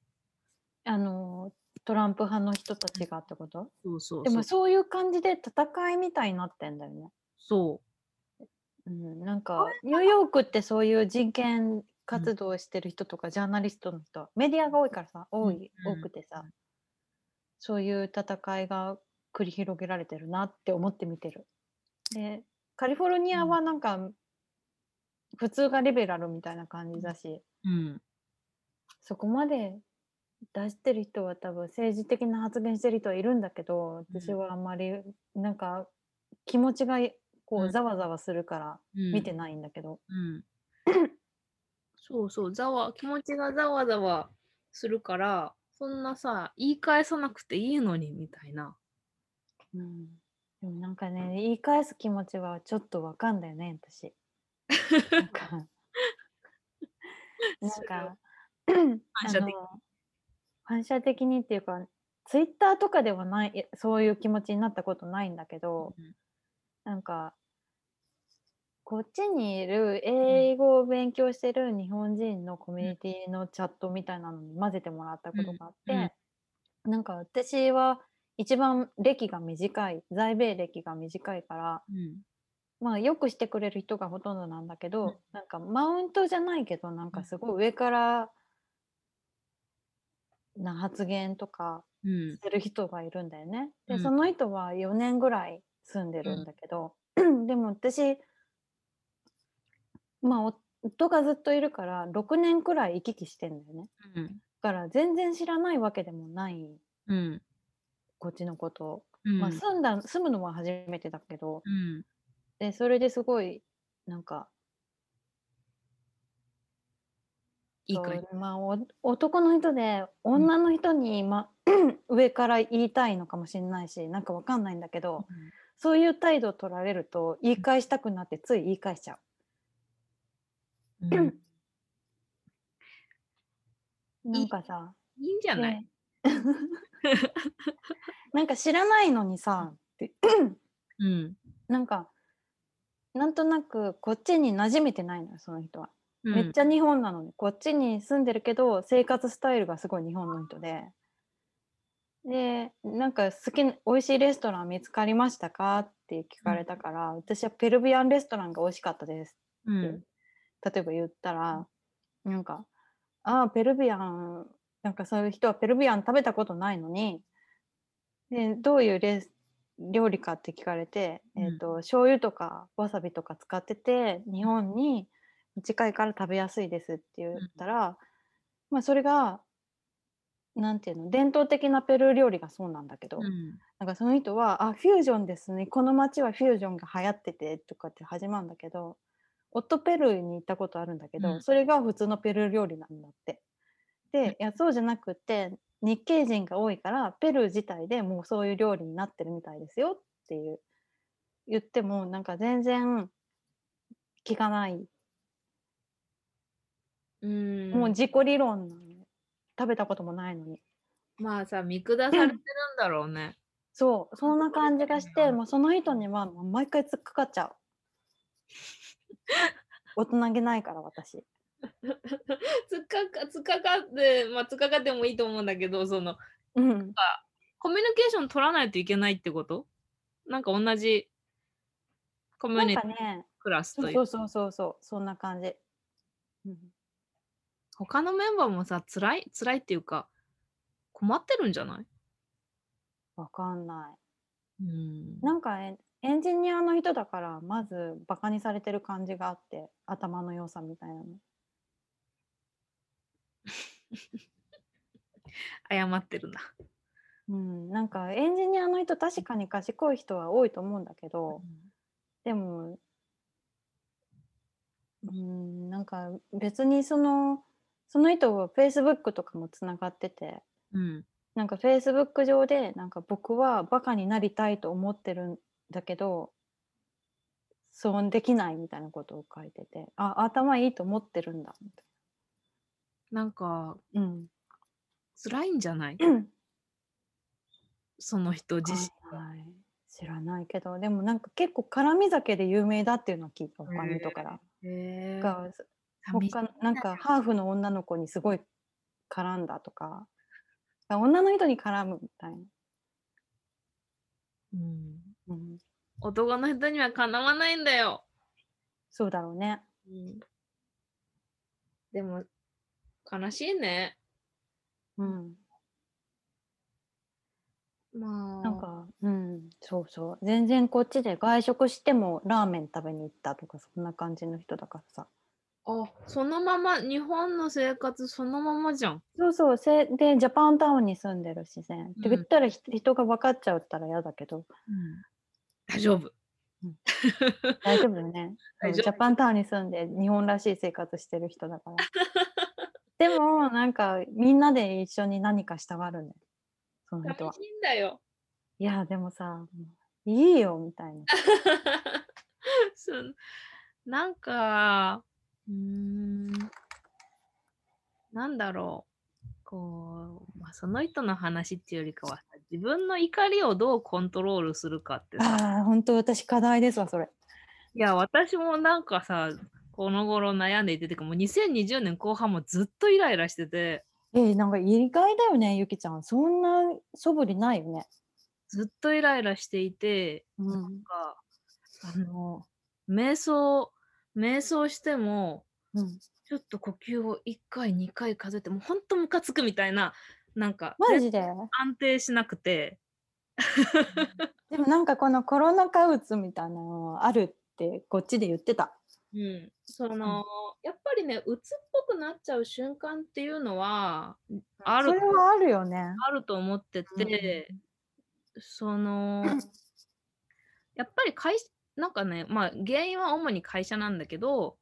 あのトランプ派の人たちがってことそうそうでそもう。そういう感じで戦いみたいになってんだよね。そううん、なんかニューヨークってそういう人権活動をしてる人とか、ジャーナリストの人メディアが多いからさ多い、うん多くてさそういう戦いが繰り広げられてるなって思って見てる。でカリフォルニアはなんか、普通がリベラルみたいな感じだし、うん。そこまで出してる人は多分政治的な発言してる人はいるんだけどうん私はあんまりなんか気持ちがこうんうざわざわするからうん。見てないんだけど、うん。そうそう、ざわ、気持ちがざわざわするから、そんなさ、言い返さなくていいのに、みたいな。 うんでもなんかね言い返す気持ちはちょっとわかんだよね私。なんか なんか反射的にあの反射的にっていうかツイッターとかではないいやそういう気持ちになったことないんだけど、なんかこっちにいる英語を勉強してる日本人のコミュニティのチャットみたいなのに混ぜてもらったことがあって、うんなんか私は一番歴が短い在米歴が短いからうん。まあよくしてくれる人がほとんどなんだけど、うんなんかマウントじゃないけどなんうかんすごい上からな発言とかうん。する人がいるんだよね。うで、んその人は4年ぐらい住んでるんだけど、 でも私まあお夫がずっといるから6年くらい行き来してんだよね。うん。だから全然知らないわけでもないうん。こっちのことを、うん。まあ、住んだ住むのは初めてだけどうん。でそれですごいなんかいいそうかい。まあ、お男の人で女の人に、ま 上から言いたいのかもしれないしなんかわかんないんだけど、そういう態度を取られると言い返したくなってつい言い返しちゃうん うんう。なんかさ、いいんじゃないね なんか知らないのにさ、ってうん。なんかなんとなくこっちに馴染めてないのよその人は。めっちゃ。ゃ日本なのにこっちに住んでるけど生活スタイルがすごい日本の人で。でなんか好きな美味しいレストラン見つかりましたかって聞かれたから、私はペルビアンレストランが美味しかったですうん。例えば言ったらなんか「ああペルビアンなんかそういう人はペルビアン食べたことないのにでどういうレス料理かって聞かれて、うんえー、と醤油とかわさびとか使ってて日本に近いから食べやすいですって言ったら、まあそれがなんていうの伝統的なペルー料理がそうなんだけど、うん。なんかその人は「あフュージョンですねこの街はフュージョンが流行ってて」とかって始まるんだけど夫ペルーに行ったことあるんだけど、うんそれが普通のペルー料理なんだって。でいやそうじゃなくて日系人が多いからペルー自体でもうそういう料理になってるみたいですよっていう言ってもなんか全然聞かない、うん。もう自己理論なのよ食べたこともないのに。まあさ、見下されてるんだろうね。そう、そんな感じがしそうなて、んだもうその人にはもう毎回突っかかっちゃ う。大人げないから私。つっかか、つっかかって、まあ、つっかかってもいいと思うんだけど、その、うん、コミュニケーション取らないといけないってことなんか同じコミなュんニテかィねクラスとそいううそうそうそうそうそんな感じ、うん、他のメンバーもさ辛い辛いっていうか困ってるんじゃないわかんないうんなんかエンエンジニアの人だからまずバカにされてる感じがあって頭の良さみたいなの謝ってるな。うん、なんかエンジニアの人確かに賢い人は多いと思うんだけどでもうんなんか別にそのその人は Facebook とかもつながっててうんなんか Facebook 上でなんか僕はバカになりたいと思ってるんだけどそうできないみたいなことを書いててあ頭いいと思ってるんだみたいなんかな。うん辛いんじゃないその人自身わかんない知らないけどでもなんか結構辛み酒で有名だっていうのを聞いた他の人から。へーが寂しい他のなん かハーフの女の子にすごい絡んだとか女の人に絡むみたいな、うんうん、男の人にはかなわないんだよ。そうだろうねでも悲しいね。うんまあなんかうんそうそう全然こっちで外食してもラーメン食べに行ったとかそんな感じの人だからさあそのまま日本の生活そのままじゃん。そうそうせでジャパンタウンに住んでるしね、って言ったらひ人が分かっちゃうったら嫌だけど大丈夫。大丈夫だよね大ジ丈ャパンタウンに住んで日本らしい生活してる人 だからでもなんかみんなで一緒に何かしたがるねその人夫。は寂しいんだよ。 いやでもさいいよみたいなそうなんかうーんなんだろうこう、まあ、その人の話っていうよりかはさ自分の怒りをどうコントロールするかってさああ本当私課題ですわそれいや私もなんかさこの頃悩んでいててかもう2020年後半もずっとイライラしててえー、なんか意外だよねゆきちゃんそんな素振りないよねずっとイライラしていてうなんんかあの瞑想瞑想してもうんちょっと呼吸を1回2回数えてもうほんとムカつくみたいななんかマ全然ジで安定しなくてでもなんかこのコロナ禍うつみたいなのあるってこっちで言ってたうん、そのやっぱりね鬱っぽくなっちゃう瞬間っていうのはあるそれはあるよねあると思ってて、そのやっぱり会なんかねまあ原因は主に会社なんだけど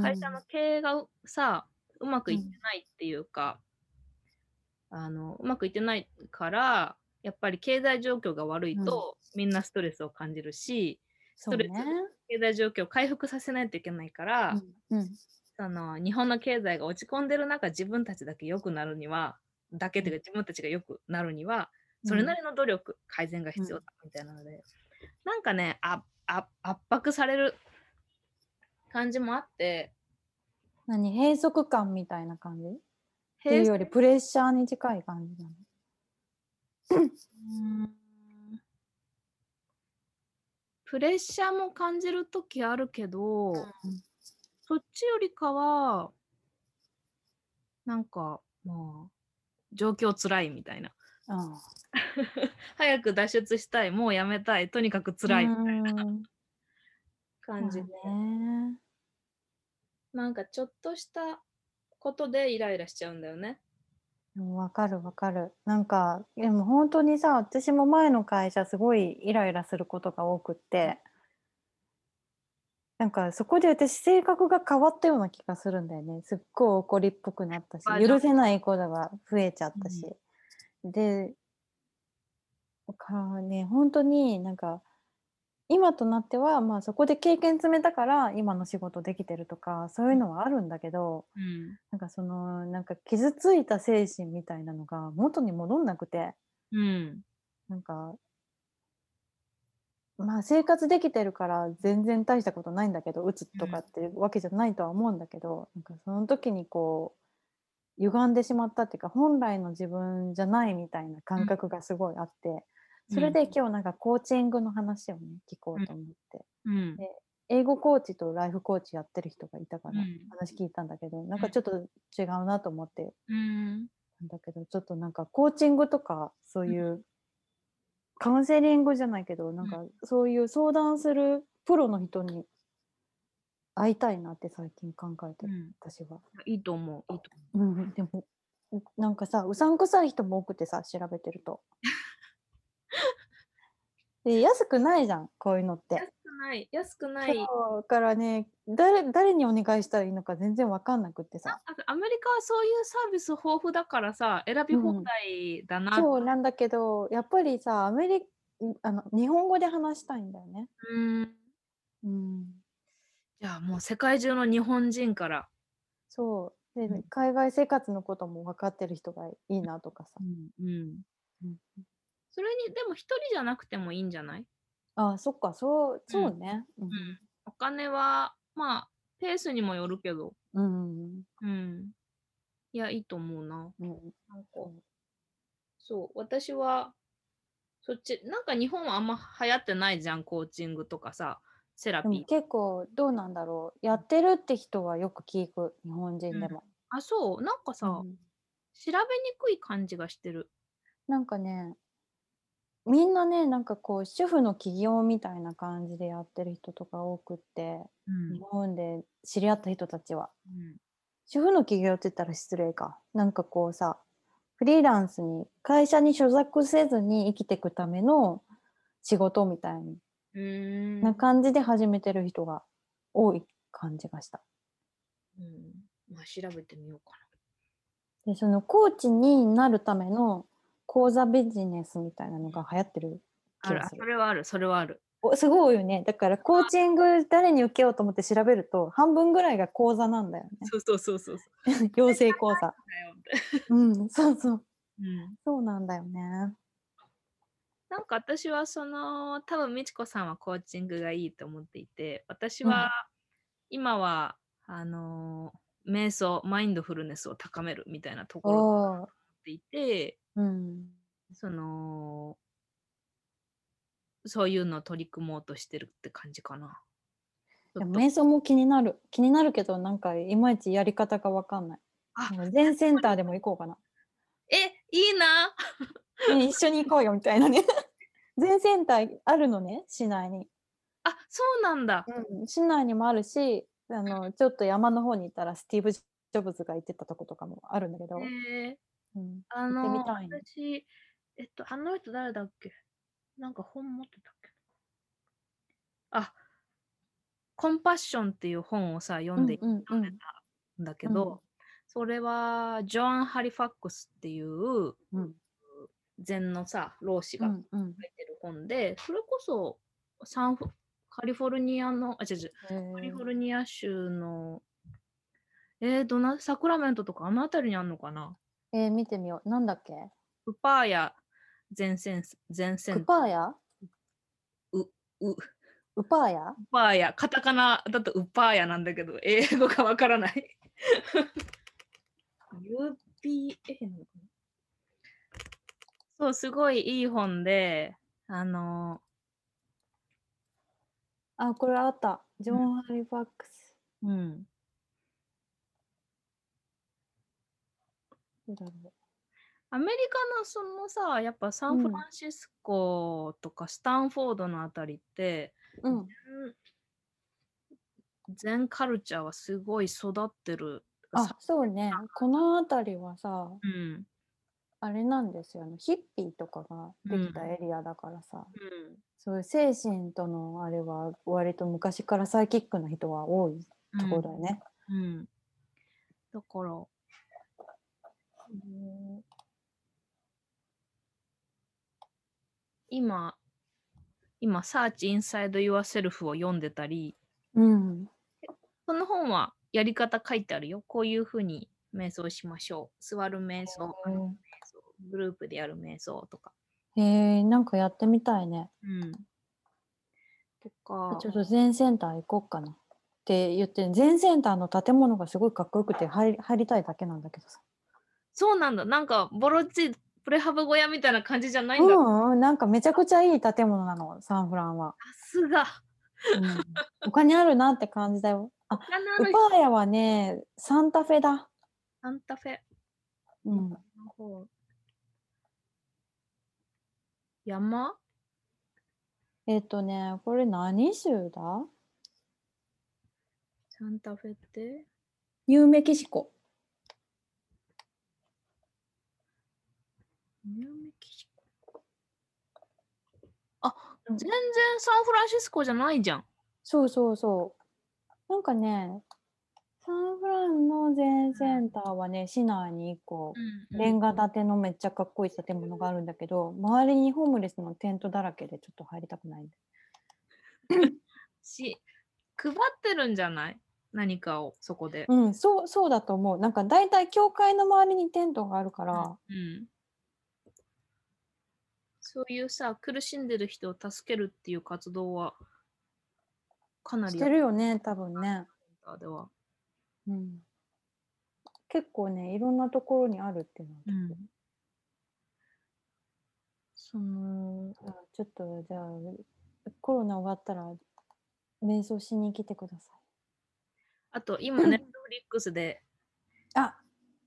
会社の経営がうさうまくいってないっていうか、あのうまくいってないからやっぱり経済状況が悪いと、みんなストレスを感じるしストレス経済状況を回復させないといけないから、うんうんその日本の経済が落ち込んでる中自分たちだけ良くなるにはだけというか自分たちが良くなるにはそれなりの努力、改善が必要だみたいなので、なんかねああ圧迫される感じもあって何閉塞感みたいな感じって閉いう塞よりプレッシャーに近い感じなの。うーんプレッシャーも感じる時あるけど、そっちよりかはなんかまあ状況つらいみたいなああ早く脱出したいもうやめたいとにかくつらいみたいなうん感じで、まあね。なんかちょっとしたことでイライラしちゃうんだよね。でもわかるわかる。なんかでも本当にさ私も前の会社すごいイライラすることが多くってなんかそこで私性格が変わったような気がするんだよね。すっごい怒りっぽくなったしあ許せないことが増えちゃったし。でかね本当になんか今となっては、まあ、そこで経験積めたから今の仕事できてるとかそういうのはあるんだけど、うんなんかそのなんか傷ついた精神みたいなのが元に戻んなくてうんなんかまあ生活できてるから全然大したことないんだけどうつとかってわけじゃないとは思うんだけど、なんかその時にこう歪んでしまったっていうか本来の自分じゃないみたいな感覚がすごいあって、それで今日なんかコーチングの話をね聞こうと思って、うんうん、で英語コーチとライフコーチやってる人がいたから話聞いたんだけど、うん、なんかちょっと違うなと思って、うん、なんだけどちょっとなんかコーチングとかそういうカウンセリングじゃないけどなんかそういう相談するプロの人に会いたいなって最近考えてる、うん、私は。いいと思ういいと思う、うん、でもなんかさうさんくさい人も多くてさ調べてると。 で安くないじゃんこういうのって。安くない安くない。だからね誰誰にお願いしたらいいのか全然分かんなくってさ。アメリカはそういうサービス豊富だからさ選び放題だな、うん、そうなんだけどやっぱりさアメリあの日本語で話したいんだよね。うんうんいやもう世界中の日本人からそうで、うん、海外生活のことも分かってる人がいいなとかさ、うん、うんうん、それにでも1人じゃなくてもいいんじゃないあそっかそうそうね、うんお金はまあペースにもよるけどうん、うん、いやいいと思うな,、うん、なんかそう私はそっちなんか日本はあんま流行ってないじゃんコーチングとかさ、セラピー。結構どうなんだろうやってるって人はよく聞く日本人でも。うん、あそうなんかさ、うん、調べにくい感じがしてる。なんかねみんなねなんかこう主婦の起業みたいな感じでやってる人とか多くって、うん、日本で知り合った人たちは。うん、主婦の起業って言ったら失礼か。なんかこうさフリーランスに会社に所属せずに生きていくための仕事みたいにうんな感じで始めてる人が多い感じがした。うん、まあ調べてみようかな。でそのコーチになるための講座ビジネスみたいなのが流行ってる気がする。それはある、それはある。おすごいよね。だからコーチング誰に受けようと思って調べると半分ぐらいが講座なんだよね。そうそうそうそう 養成講座。うん、そうそう。 うん、そうなんだよね。なんか私はその多分美智子さんはコーチングがいいと思っていて私は今は、うん、あの瞑想マインドフルネスを高めるみたいなところを思っていて、うん、そのそういうのを取り組もうとしてるって感じかな。瞑想も気になる気になるけどなんかいまいちやり方が分かんない。あ全センターでも行こうかな。えいいなね、一緒に行こうよみたいなね 全センターあるのね市内にあそうなんだ、うん、市内にもあるしあのちょっと山の方に行ったらスティーブ・ジョブズが行ってたとことかもあるんだけど、えーうん、あのー、私えっとあの人誰だっけなんか本持ってたっけあコンパッションっていう本をさ読んで,、うんうんうん、読んでたんだけど、うん、それはジョン・ハリファックスっていう、うん禅のさ老子が書いてる本で、うんうん、それこそサンフカリフォルニアのあ違う違うカリフォルニア州のえー、どなサクラメントとかあの辺りにあるのかなえー、見てみようなんだっけウパーヤ前線前線ウパーヤううウパーヤウパーヤカタカナだとウパーヤなんだけど英語がわからない UPA なのかなそう、すごいいい本で、あのー、あ、これあった。ジョン・ハリファックス。うん。うん、だろう。アメリカのそのさ、やっぱサンフランシスコとかスタンフォードのあたりって、うん、全カルチャーはすごい育ってる。あ、そうね。この辺りはさ、うん、あれなんですよ、ね、ヒッピーとかができたエリアだからさ、うん、そういう精神とのあれは割と昔からサイキックな人は多いところだよね。うん、うん、だから、うん、今今「サーチ・インサイド・ユア・セルフ」を読んでたり、うん、この本はやり方書いてあるよこういうふうに瞑想しましょう座る瞑想。グループでやる瞑想とか。へえ、なんかやってみたいね。うん。とか。ちょっと全センター行こうかな。って言って、全センターの建物がすごいかっこよくて入り入りたいだけなんだけどさ。そうなんだなんかボロッチプレハブ小屋みたいな感じじゃないんだ、さうんうん、なんかめちゃくちゃいい建物なのサンフランは、すがうん、お金あるなって感じだよあ他のあウるパーヤはねサンタフェだ、サンタフェうん、ほう山えっ、とねこれ何州だサンタフェってニューメキシコニューメキシコあ全然サンフランシスコじゃないじゃんそうそうそうなんかねサンフランの全センターはね市内に1個レンガ建てのめっちゃかっこいい建物があるんだけど周りにホームレスのテントだらけでちょっと入りたくないし配ってるんじゃない何かをそこで。うん、そう、そうだと思う。なんか大体教会の周りにテントがあるから、うん、そういうさ苦しんでる人を助けるっていう活動はかなりしてるよね、多分ね。やったでは、うん。結構ね、いろんなところにあるっていうのは、うん、そのあちょっとじゃあ、コロナ終わったら、瞑想しに来てくださあと今ネットフリックスでい。あ、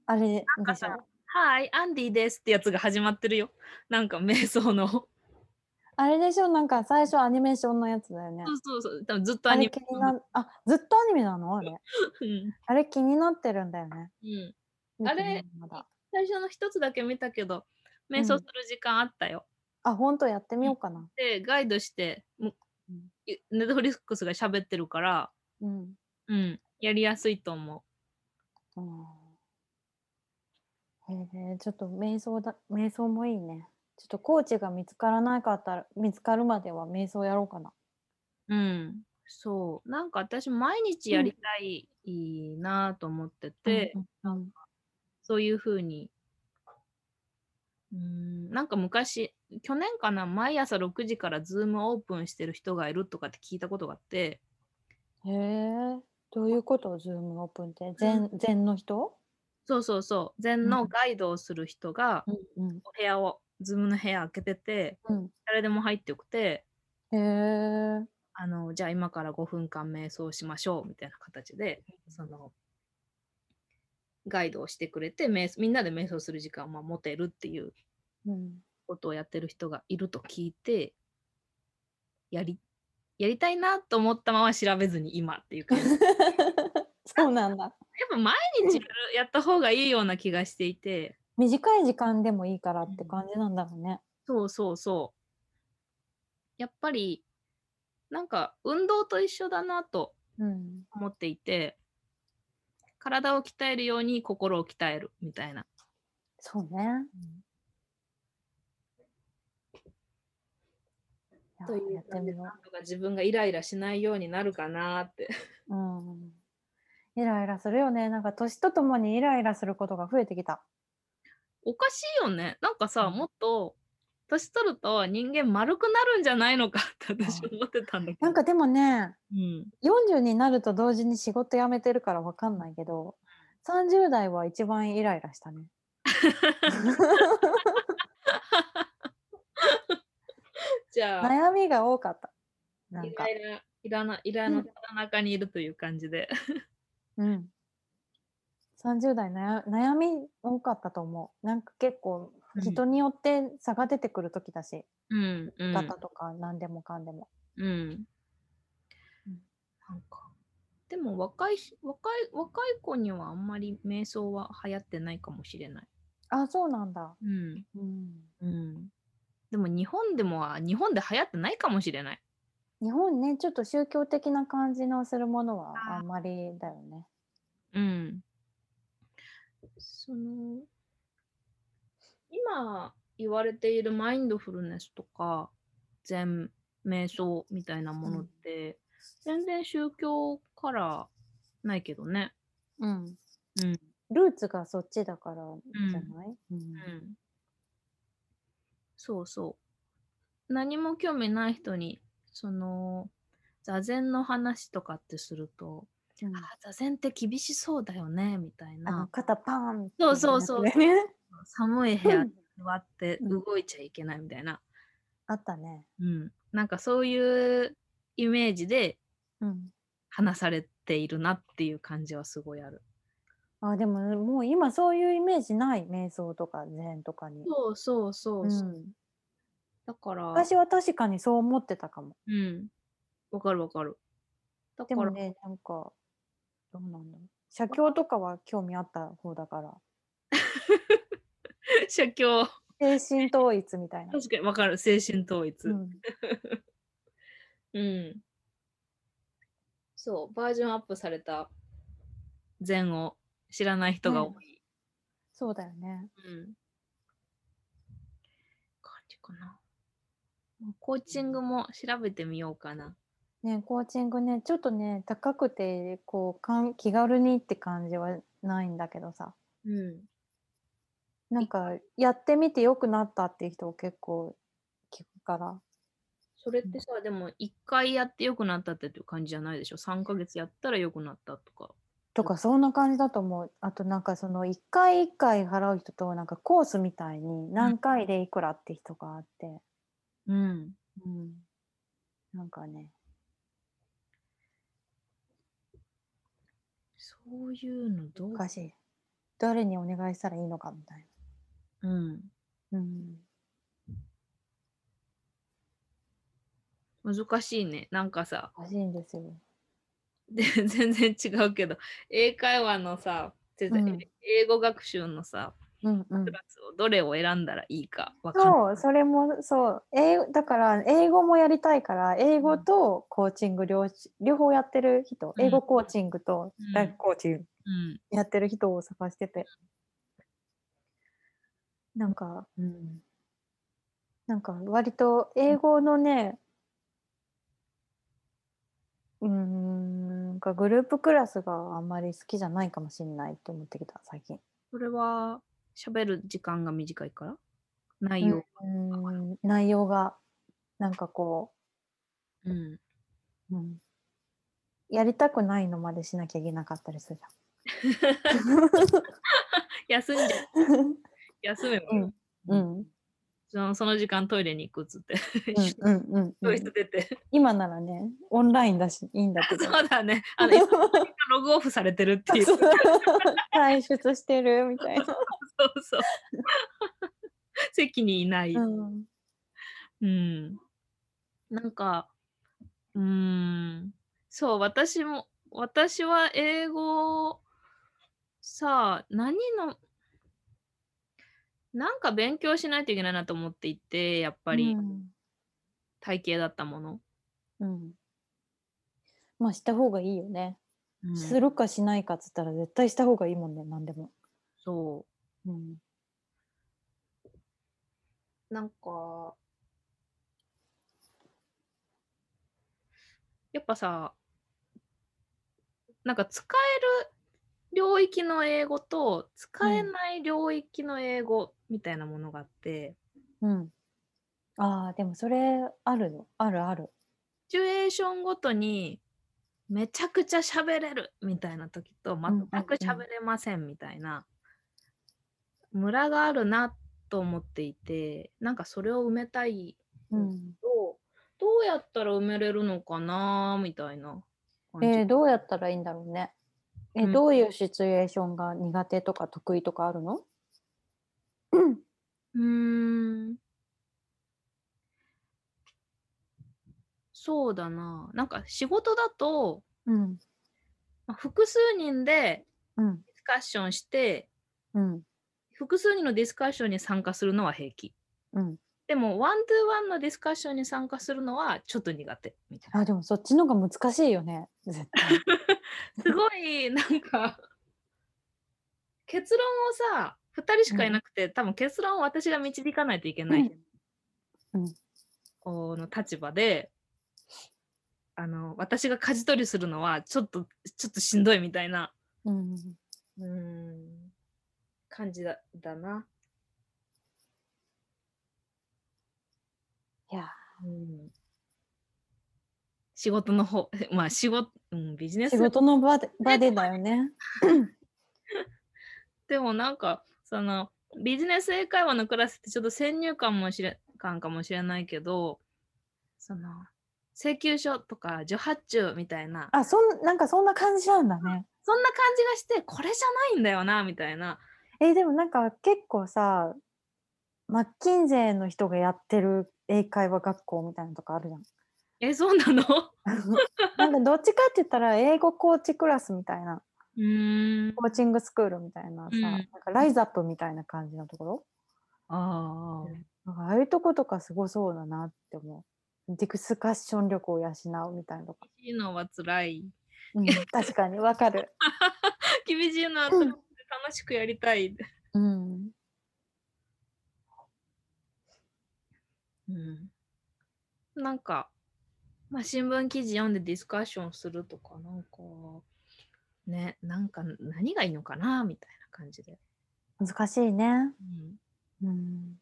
あれでなんかしょさ。「はいアンディです」ってやつが始まってるよなんか瞑想のそあれでしょ、なんか最初アニメーションのやつだよね。うそうそう多分ずっとアあニれメ気にな、あ、ずっとアニメなのあれ。うんあれ気になってるんだよね。うん、見あてないれまだ最初の一つだけ見たけど瞑う想んする時間あったよ、あ、本当やってみようかな。でガイドしてもううんいネットフリックスが喋ってるから、うん。うん、やりやすいと思うんへえちょっと瞑想だ瞑想もいいね。ちょっとコーチが見つからなかったら見つかるまでは瞑想やろうかな。う。うん、そうなんか私毎日やりたいなと思ってて、うんうんそういうふうに。うんなんか昔去年かな毎朝6時からズームオープンしてる人がいるとかって聞いたことがあってへえどういうことズームオープンって全全の人？そうそうそう禅うのんガイドをする人がうんお部屋をズームの部屋開けててうん誰でも入ってよくてへえあのじゃあ今から5分間瞑想しましょうみたいな形でそのガイドをしてくれて瞑想みんなで瞑想する時間をまあ持てるっていううんことをやってる人がいると聞いてやりやりたいなと思ったまま調べずに今っていう感じやっ そうなんだ。ぱ毎日やるやった方がいいような気がしていて短い時間でもいいからって感じなんだろうね。そうそうそうやっぱりなんか運動と一緒だなとうん思っていて体を鍛えるように心を鍛えるみたいな、そうね。いとやいうやってみようなん。とか自分がイライラしないようになるかなって うんイライラするよね。なんか年とともにイライラすることが増えてきた。おかしいよねなんかさうんもっと年取ると人間丸くなるんじゃないのかって私あ思ってたんだけどなんかでもね、うん、 40になると同時に仕事辞めてるからわかんないけど、30代は一番イライラしたね。じゃあ悩みが多かった。なんイかラ、イライラなイラの中にいるという感じで、 うん。30代悩悩み多かったと思う。なんか結構うん人によって差が出てくる時だし、うんう方んとか何でもかんでも。うん、なんかでも若いし若い若い子にはあんまり瞑想は流行ってないかもしれない。あ、そうなんだ。うんうんうん、でも日本でもは日本で流行ってないかもしれない。日本ねちょっと宗教的な感じのするものはあーあんまりだよね。うん、その今言われているマインドフルネスとか禅瞑想みたいなものって、全然宗教からないけどね。うん、うんルーツがそっちだからじゃない、ううんんそうそう。何も興味ない人に、その、座禅の話とかってすると、あ座禅って厳しそうだよねみたいあのな肩パーンってそうそうそうやつね寒い部屋に座ってうん動いちゃいけないみたいな、あったねうん、なんかそういうイメージでうん話されているなっていう感じはすごいある。あでももう今そういうイメージない瞑想とか禅とかに、そうそうそううそう、ん、だから、私は確かにそう思ってたかもうん、わかるわかる。だかでもら、 ねなんかどうなんだろう写経とかは興味あった方だから写経、精神統一みたいな、確かにわかる、精神統一。ううん。ん、そう、バージョンアップされた禅を知らない人が多い。そうだよねうん。感じかな。まあコーチングも調べてみようかな。ねコーチングねちょっとね高くてこうかん気軽にって感じはないんだけどさうん。なんかやってみて良くなったっていう人を結構聞くからそれってさ、でも1回やって良くなったってっていう感じじゃないでしょ。3ヶ月やったら良くなったとか。とかそんな感じだと思うあとなんかその一回一回払う人となんかコースみたいに何回でいくらって人があって、うん。うん、なんかねそういうのどうおかしい誰にお願いしたらいいのかみたいうん。な、うん、難しいね。なんかさ、おかしいんですよで 全然違うけど、英会話のさ、違う違ううん英語学習のさ、うんうんクラスをどれを選んだらいいか分かんない。そうそれもそう英語だから英語もやりたいから英語とコーチング両し両方やってる人うん英語コーチングとうんライフコーチングうん。やってる人を探しててなんか、うん、なんか割と英語のねうーんなんかグループクラスがあんまり好きじゃないかもしれないって思ってきた最近。それは、喋る時間が短いから内容。うん内容がなんかこうん。う、うん、やりたくないのまでしなきゃいけなかったりする休 んじゃう。じゃん。休めばうんうん、そのその時間トイレに行くっつって。うんうんうんう教ん室出て。今ならねオンラインだしいいんだけ どそうだね。あの、いつの間にかログオフされてるっていう。 そう退出してるみた いな。そう。席にいない。うんうん。なんか、うーん。そう、私も、私は英語をさあ、何の、なんか勉強しないといけないなと思っていて、やっぱりうん体型だったもの。うんまあした方がいいよね、うんするかしないかっつったら絶対した方がいいもんね何でも、そうん、う。なんか、やっぱさ、なんか使える領域の英語と使えない領域の英語みたいなものがあって、うん、ああでもそれあるのあるあるシチュエーションごとにめちゃくちゃ喋れるみたいな時とんうんうん全く喋れませんみたいなムラがあるなと思っていてなんかそれを埋めたいうんとどうやったら埋めれるのかなみたいな感じえーどうやったらいいんだろうね。えうんどういうシチュエーションが苦手とか得意とかあるのうーんそうだななんか仕事だとうん。まあ複数人でうん。ディスカッションしてうん。複数人のディスカッションに参加するのは平気。うん。でも、ワントゥーワンのディスカッションに参加するのはちょっと苦手みたいな。あ、でもそっちの方が難しいよね。絶対。すごい、なんか、結論をさ、2人しかいなくて、多分結論を私が導かないといけ ない、うんこの立場で、あの、私が舵取りするのはちょっと、ちょっとしんどいみたいな、うん。うん、感じだだな。いや、うん仕事の方、まあ仕事、うん、ビジネス仕事の場で場でだよね。でもなんか、そのビジネス英会話のクラスってちょっと先入観もしれ感かもしれないけど、その請求書とか受発注みたいな、あ、そんなんかそんな感じなんだね。そんな感じがして、これじゃないんだよな、みたいな。えでもなんか結構さ、マッキンゼーの人がやってる英会話学校みたいなのとかあるじ ゃん。え、そうなのなんかどっちかって言ったら英語コーチクラスみたいな、うーん。コーチングスクールみたいなさ、うんなんかライズアップみたいな感じのところ。ああ。なんかああいうとことかすごそうだなって思う。ディスカッション力を養うみたいなとか。厳しいのは辛い。 うん、確かにわかる。厳しいのはうん楽しくやりたい。うん。うん、なんか、まあ、新聞記事読んでディスカッションするとか、なんか、ね、なんか何がいいのかなみたいな感じで。難しいね。うん。うん。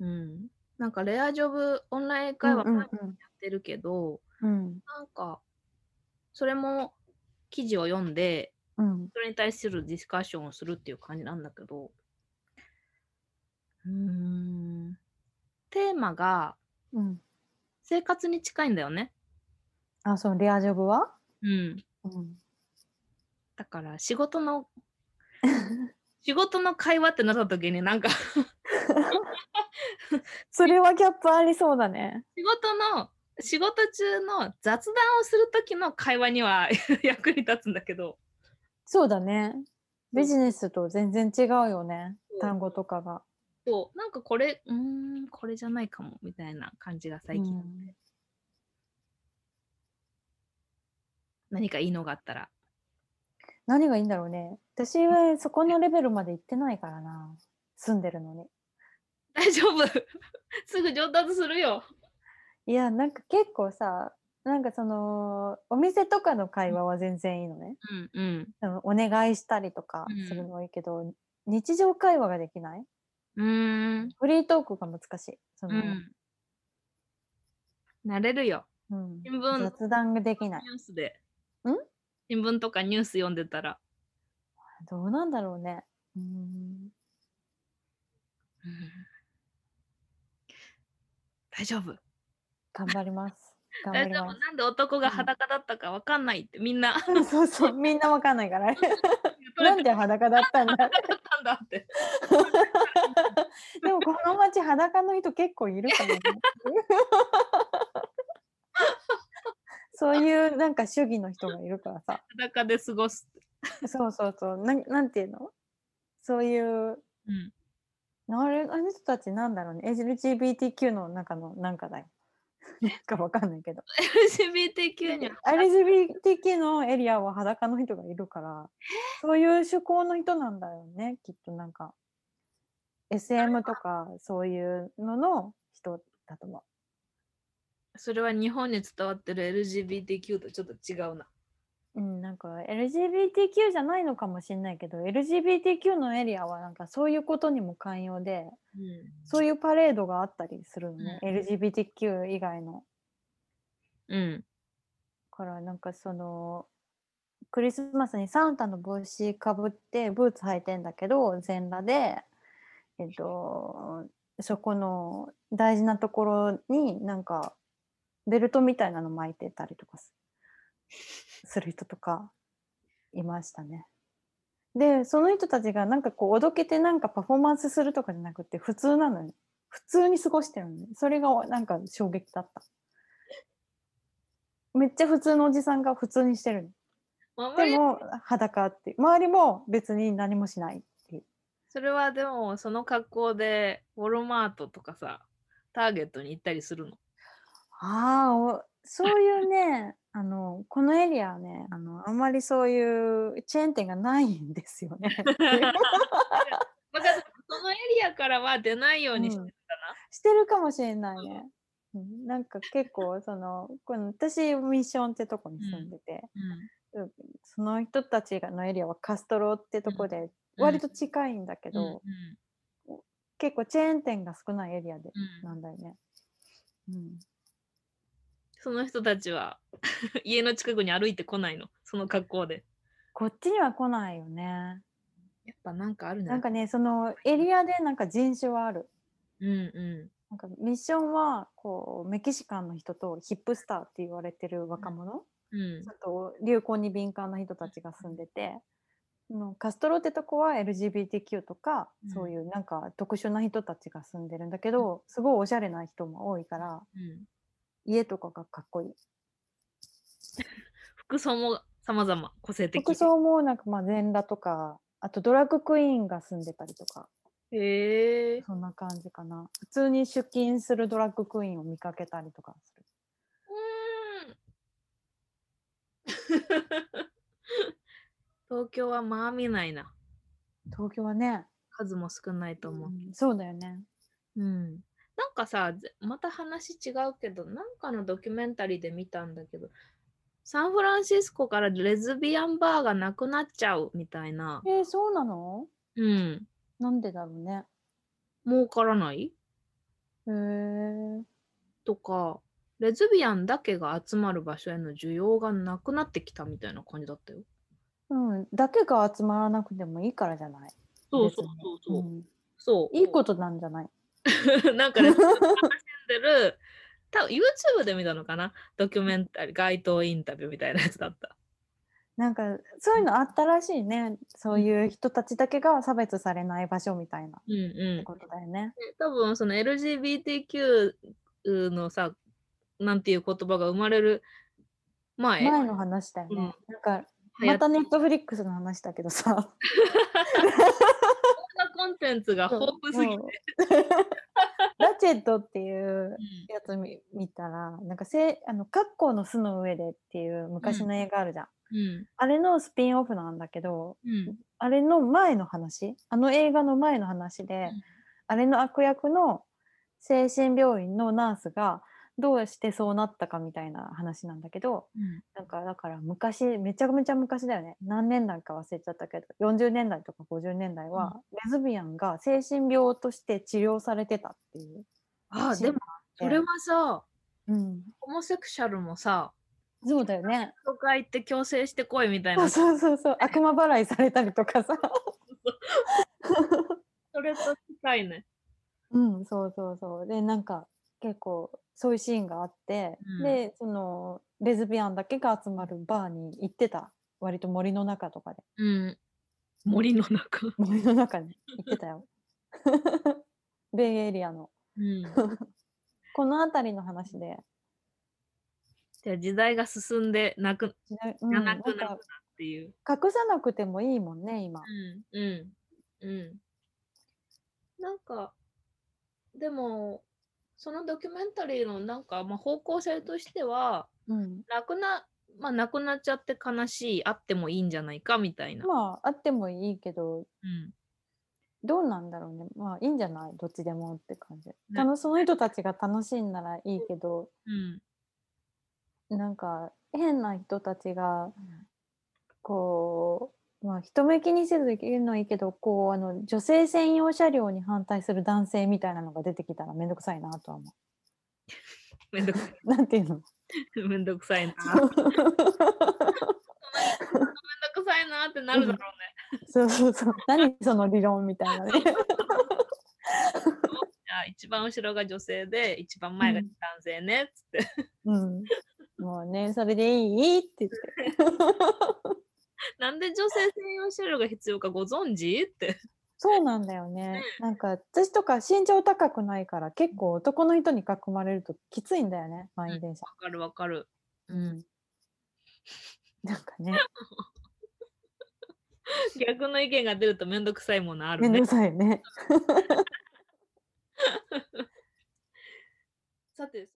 うん、なんか、レアジョブ、オンライン会話うんうんやってるけど、うん。なんか、それも記事を読んで、うん。それに対するディスカッションをするっていう感じなんだけど、うーん、テーマがうん。生活に近いんだよね。あ、そのレアジョブはうん。うん。だから仕事の、 仕事の会話ってなった時になんか仕それはギャップありそうだね。事の、仕事中の雑談をする時の会話には 役に立つんだけど、そうだね。ビジネスと全然違うよね。そう単語とかが。そうなんかこれ、うーん、これじゃないかもみたいな感じが最近、うん何かいいのがあったら。何がいいんだろうね。私はそこのレベルまで行ってないからな。住んでるのに。大丈夫 すぐ上達するよ。いや、なんか結構さ、なんかその、お店とかの会話は全然いいのね。うんうん。そのお願いしたりとかするのはいいけど、日常会話ができないうーん。フリートークが難しい。その、うん。なれるよ。うん新聞雑談ができないニ。ュースで。ん新聞とかニュース読んでたら。どうなんだろうね。うん大丈夫。頑張ります。頑張大り丈夫。まなんで男が裸だったかわかんないってみんなす。 そうそう、みんなわかんないから。 ななんんでで裸だったんだ。なんだって。でもこの町裸の人結構いるからね。そういうなんか主義の人がいるからさ。裸で過ごす。そうそうそう。なんなんていうのそういう、うん。なあれあの人たちなんだろうね。LGBTQ の中のなんかだよ。なんかわかんないけど。 LGBTQ には LGBTQ のエリアは裸の人がいるから、そういう趣向の人なんだよね、きっとなんか。SM とかそういうのの人だと思それは日本に伝わってる LGBTQ とちょっと違うな。う。うん、なんか LGBTQ じゃないのかもしれないけど、LGBTQ のエリアはなんかそういうことにも寛容で、そういうパレードがあったりするのね、うん LGBTQ 以外の。うん。からなんかそのクリスマスにサンタの帽子かぶってブーツ履いてんだけど全裸でえっとそこの大事なところになんかベルトみたいなの巻いてたりとかすする人とかいましたね。でその人たちがなんかこうおどけてなんかパフォーマンスするとかじゃなくて普通なのに普通に過ごしてるのねそれがなんか衝撃だった。めっちゃ普通のおじさんが普通にしてるの。守でりも裸って周りも別に何もしないっていうそれはでもその格好でウォルマートとかさ、ターゲットに行ったりするの。ああおそういうねあのこのエリアはねあのあんまりそういうチェーン店がないんですよ ね。だからそのエリアからは出ないようにしてるかしてるかもしれないね。うんなんか結構そのこの私ミッションってとこに住んでて、な。その人たちがのエリアはカストロってとこでうん割と近いんだけうんど、結構チェーン店が少ないエリアでうんなんだよね。うんその人たちは 家の近くに歩いてこないのその格好でこっちには来ないよね。やっぱなんかあるねなんかね、そのエリアでなんか人種はある。うんうなんかミッションはこうメキシカンの人とヒップスターって言われてる若者、んうんちょっと流行に敏感な人たちが住んでて、のカストロってとこは LGBTQ とか、うんそういうなんか特殊な人たちが住んでるんだけど、すごいおしゃれな人も多いからうん家とかがかっこいい服装も様々個性的服装もなんかまあ全裸とかあとドラッグクイーンが住んでたりとかへえそんな感じかな普通に出勤するドラッグクイーンを見かけたりとかするうーん 東京はまあ見ないな東京はね、数も少ないと思う、うんそうだよねうん、なんかさぜまた話違うけどなんかのドキュメンタリーで見たんだけどサンフランシスコからレズビアンバーがなくなっちゃうみたいな、えー、そうなのうん、なんでだろうね儲からないへえとかレズビアンだけが集まる場所への需要がなくなってきたみたいな感じだったよ。うん、だけが集まらなくてもいいからじゃない。そうそうそうそう。そういいことなんじゃない。と なんかレズビアンが住んでる多分 YouTube で見たのかなドキュメンタリー街頭インタビューみたいなやつだった。なんかそういうのあったらしいね。そういう人たちだけが差別されない場所みたいなうんうん、ことだよね。で多分その LGBTQ のさなんていう言葉が生まれる前前の話だよね。うんなんか流行まったたネットフリックスの話だけどさ。コンテンツが豊富すぎて、もう ラチェットっていうやつ見見たらなんかせあの「格好の巣の上で」っていう昔の映画あるじゃん。うんあれのスピンオフなんだけどうんあれの前の話あの映画の前の話うで、んあれの悪役の精神病院のナースがどうしてそうなったかみたいな話なんだけどうんなんかだから昔めちゃめちゃ昔だよね何年代か忘れちゃったけど40年代とか50年代は、レズビアンが精神病として治療されてたっていう。あでもそれはさうん、ホモセクシャルもさそうだよね。都会行って強制してこいみたいそなうそそうそうそう悪魔払いされたりとかさ。れと近いね。 うん、そうそうそう。で、なんか結構そういうシーンがあって、うんで、そのレズビアンだけが集まるバーに行ってた。割と森の中とかで。 うん森の中、森の中に行ってたよ。 ベイエリアの。うん、この辺りの話で。じゃあ時代が進んでなく時代うん、なななんくなったかっていう。隠さなくてもいいもんね、今。うんうんうんなんかでもそのドキュメンタリーのなんか、まあ、方向性としてはうん。なくなまあなくなっちゃって悲しいあってもいいんじゃないかみたいな、まあ、あってもいいけど、うん、どうなんだろうね。まあ、いいんじゃないどっちでもって感じ。楽その人たちが楽しいんならいいけど、うんなんか変な人たちがこう、まあ、人目気にせずできるのはいいけどこうあの女性専用車両に反対する男性みたいなのが出てきたらめんどくさいなとは思。めんどくさいうなんていう のめんどくさいな めんどくさいなってなるだろそうそうそう何その理論みたいなね。う じゃあ一番後ろが女性で一番前が男性ねっつって、 うん、もうねそれでいいって言ってなんで女性専用車両が必要かご存知ってそうなんだよね。なんか私とか身長高くないから結構男の人に囲まれるときついんだよね満員電車。わかるわかるううんんなんかね、 逆の意見が出るとめんどくさいものあるめんねどく。さいね。さて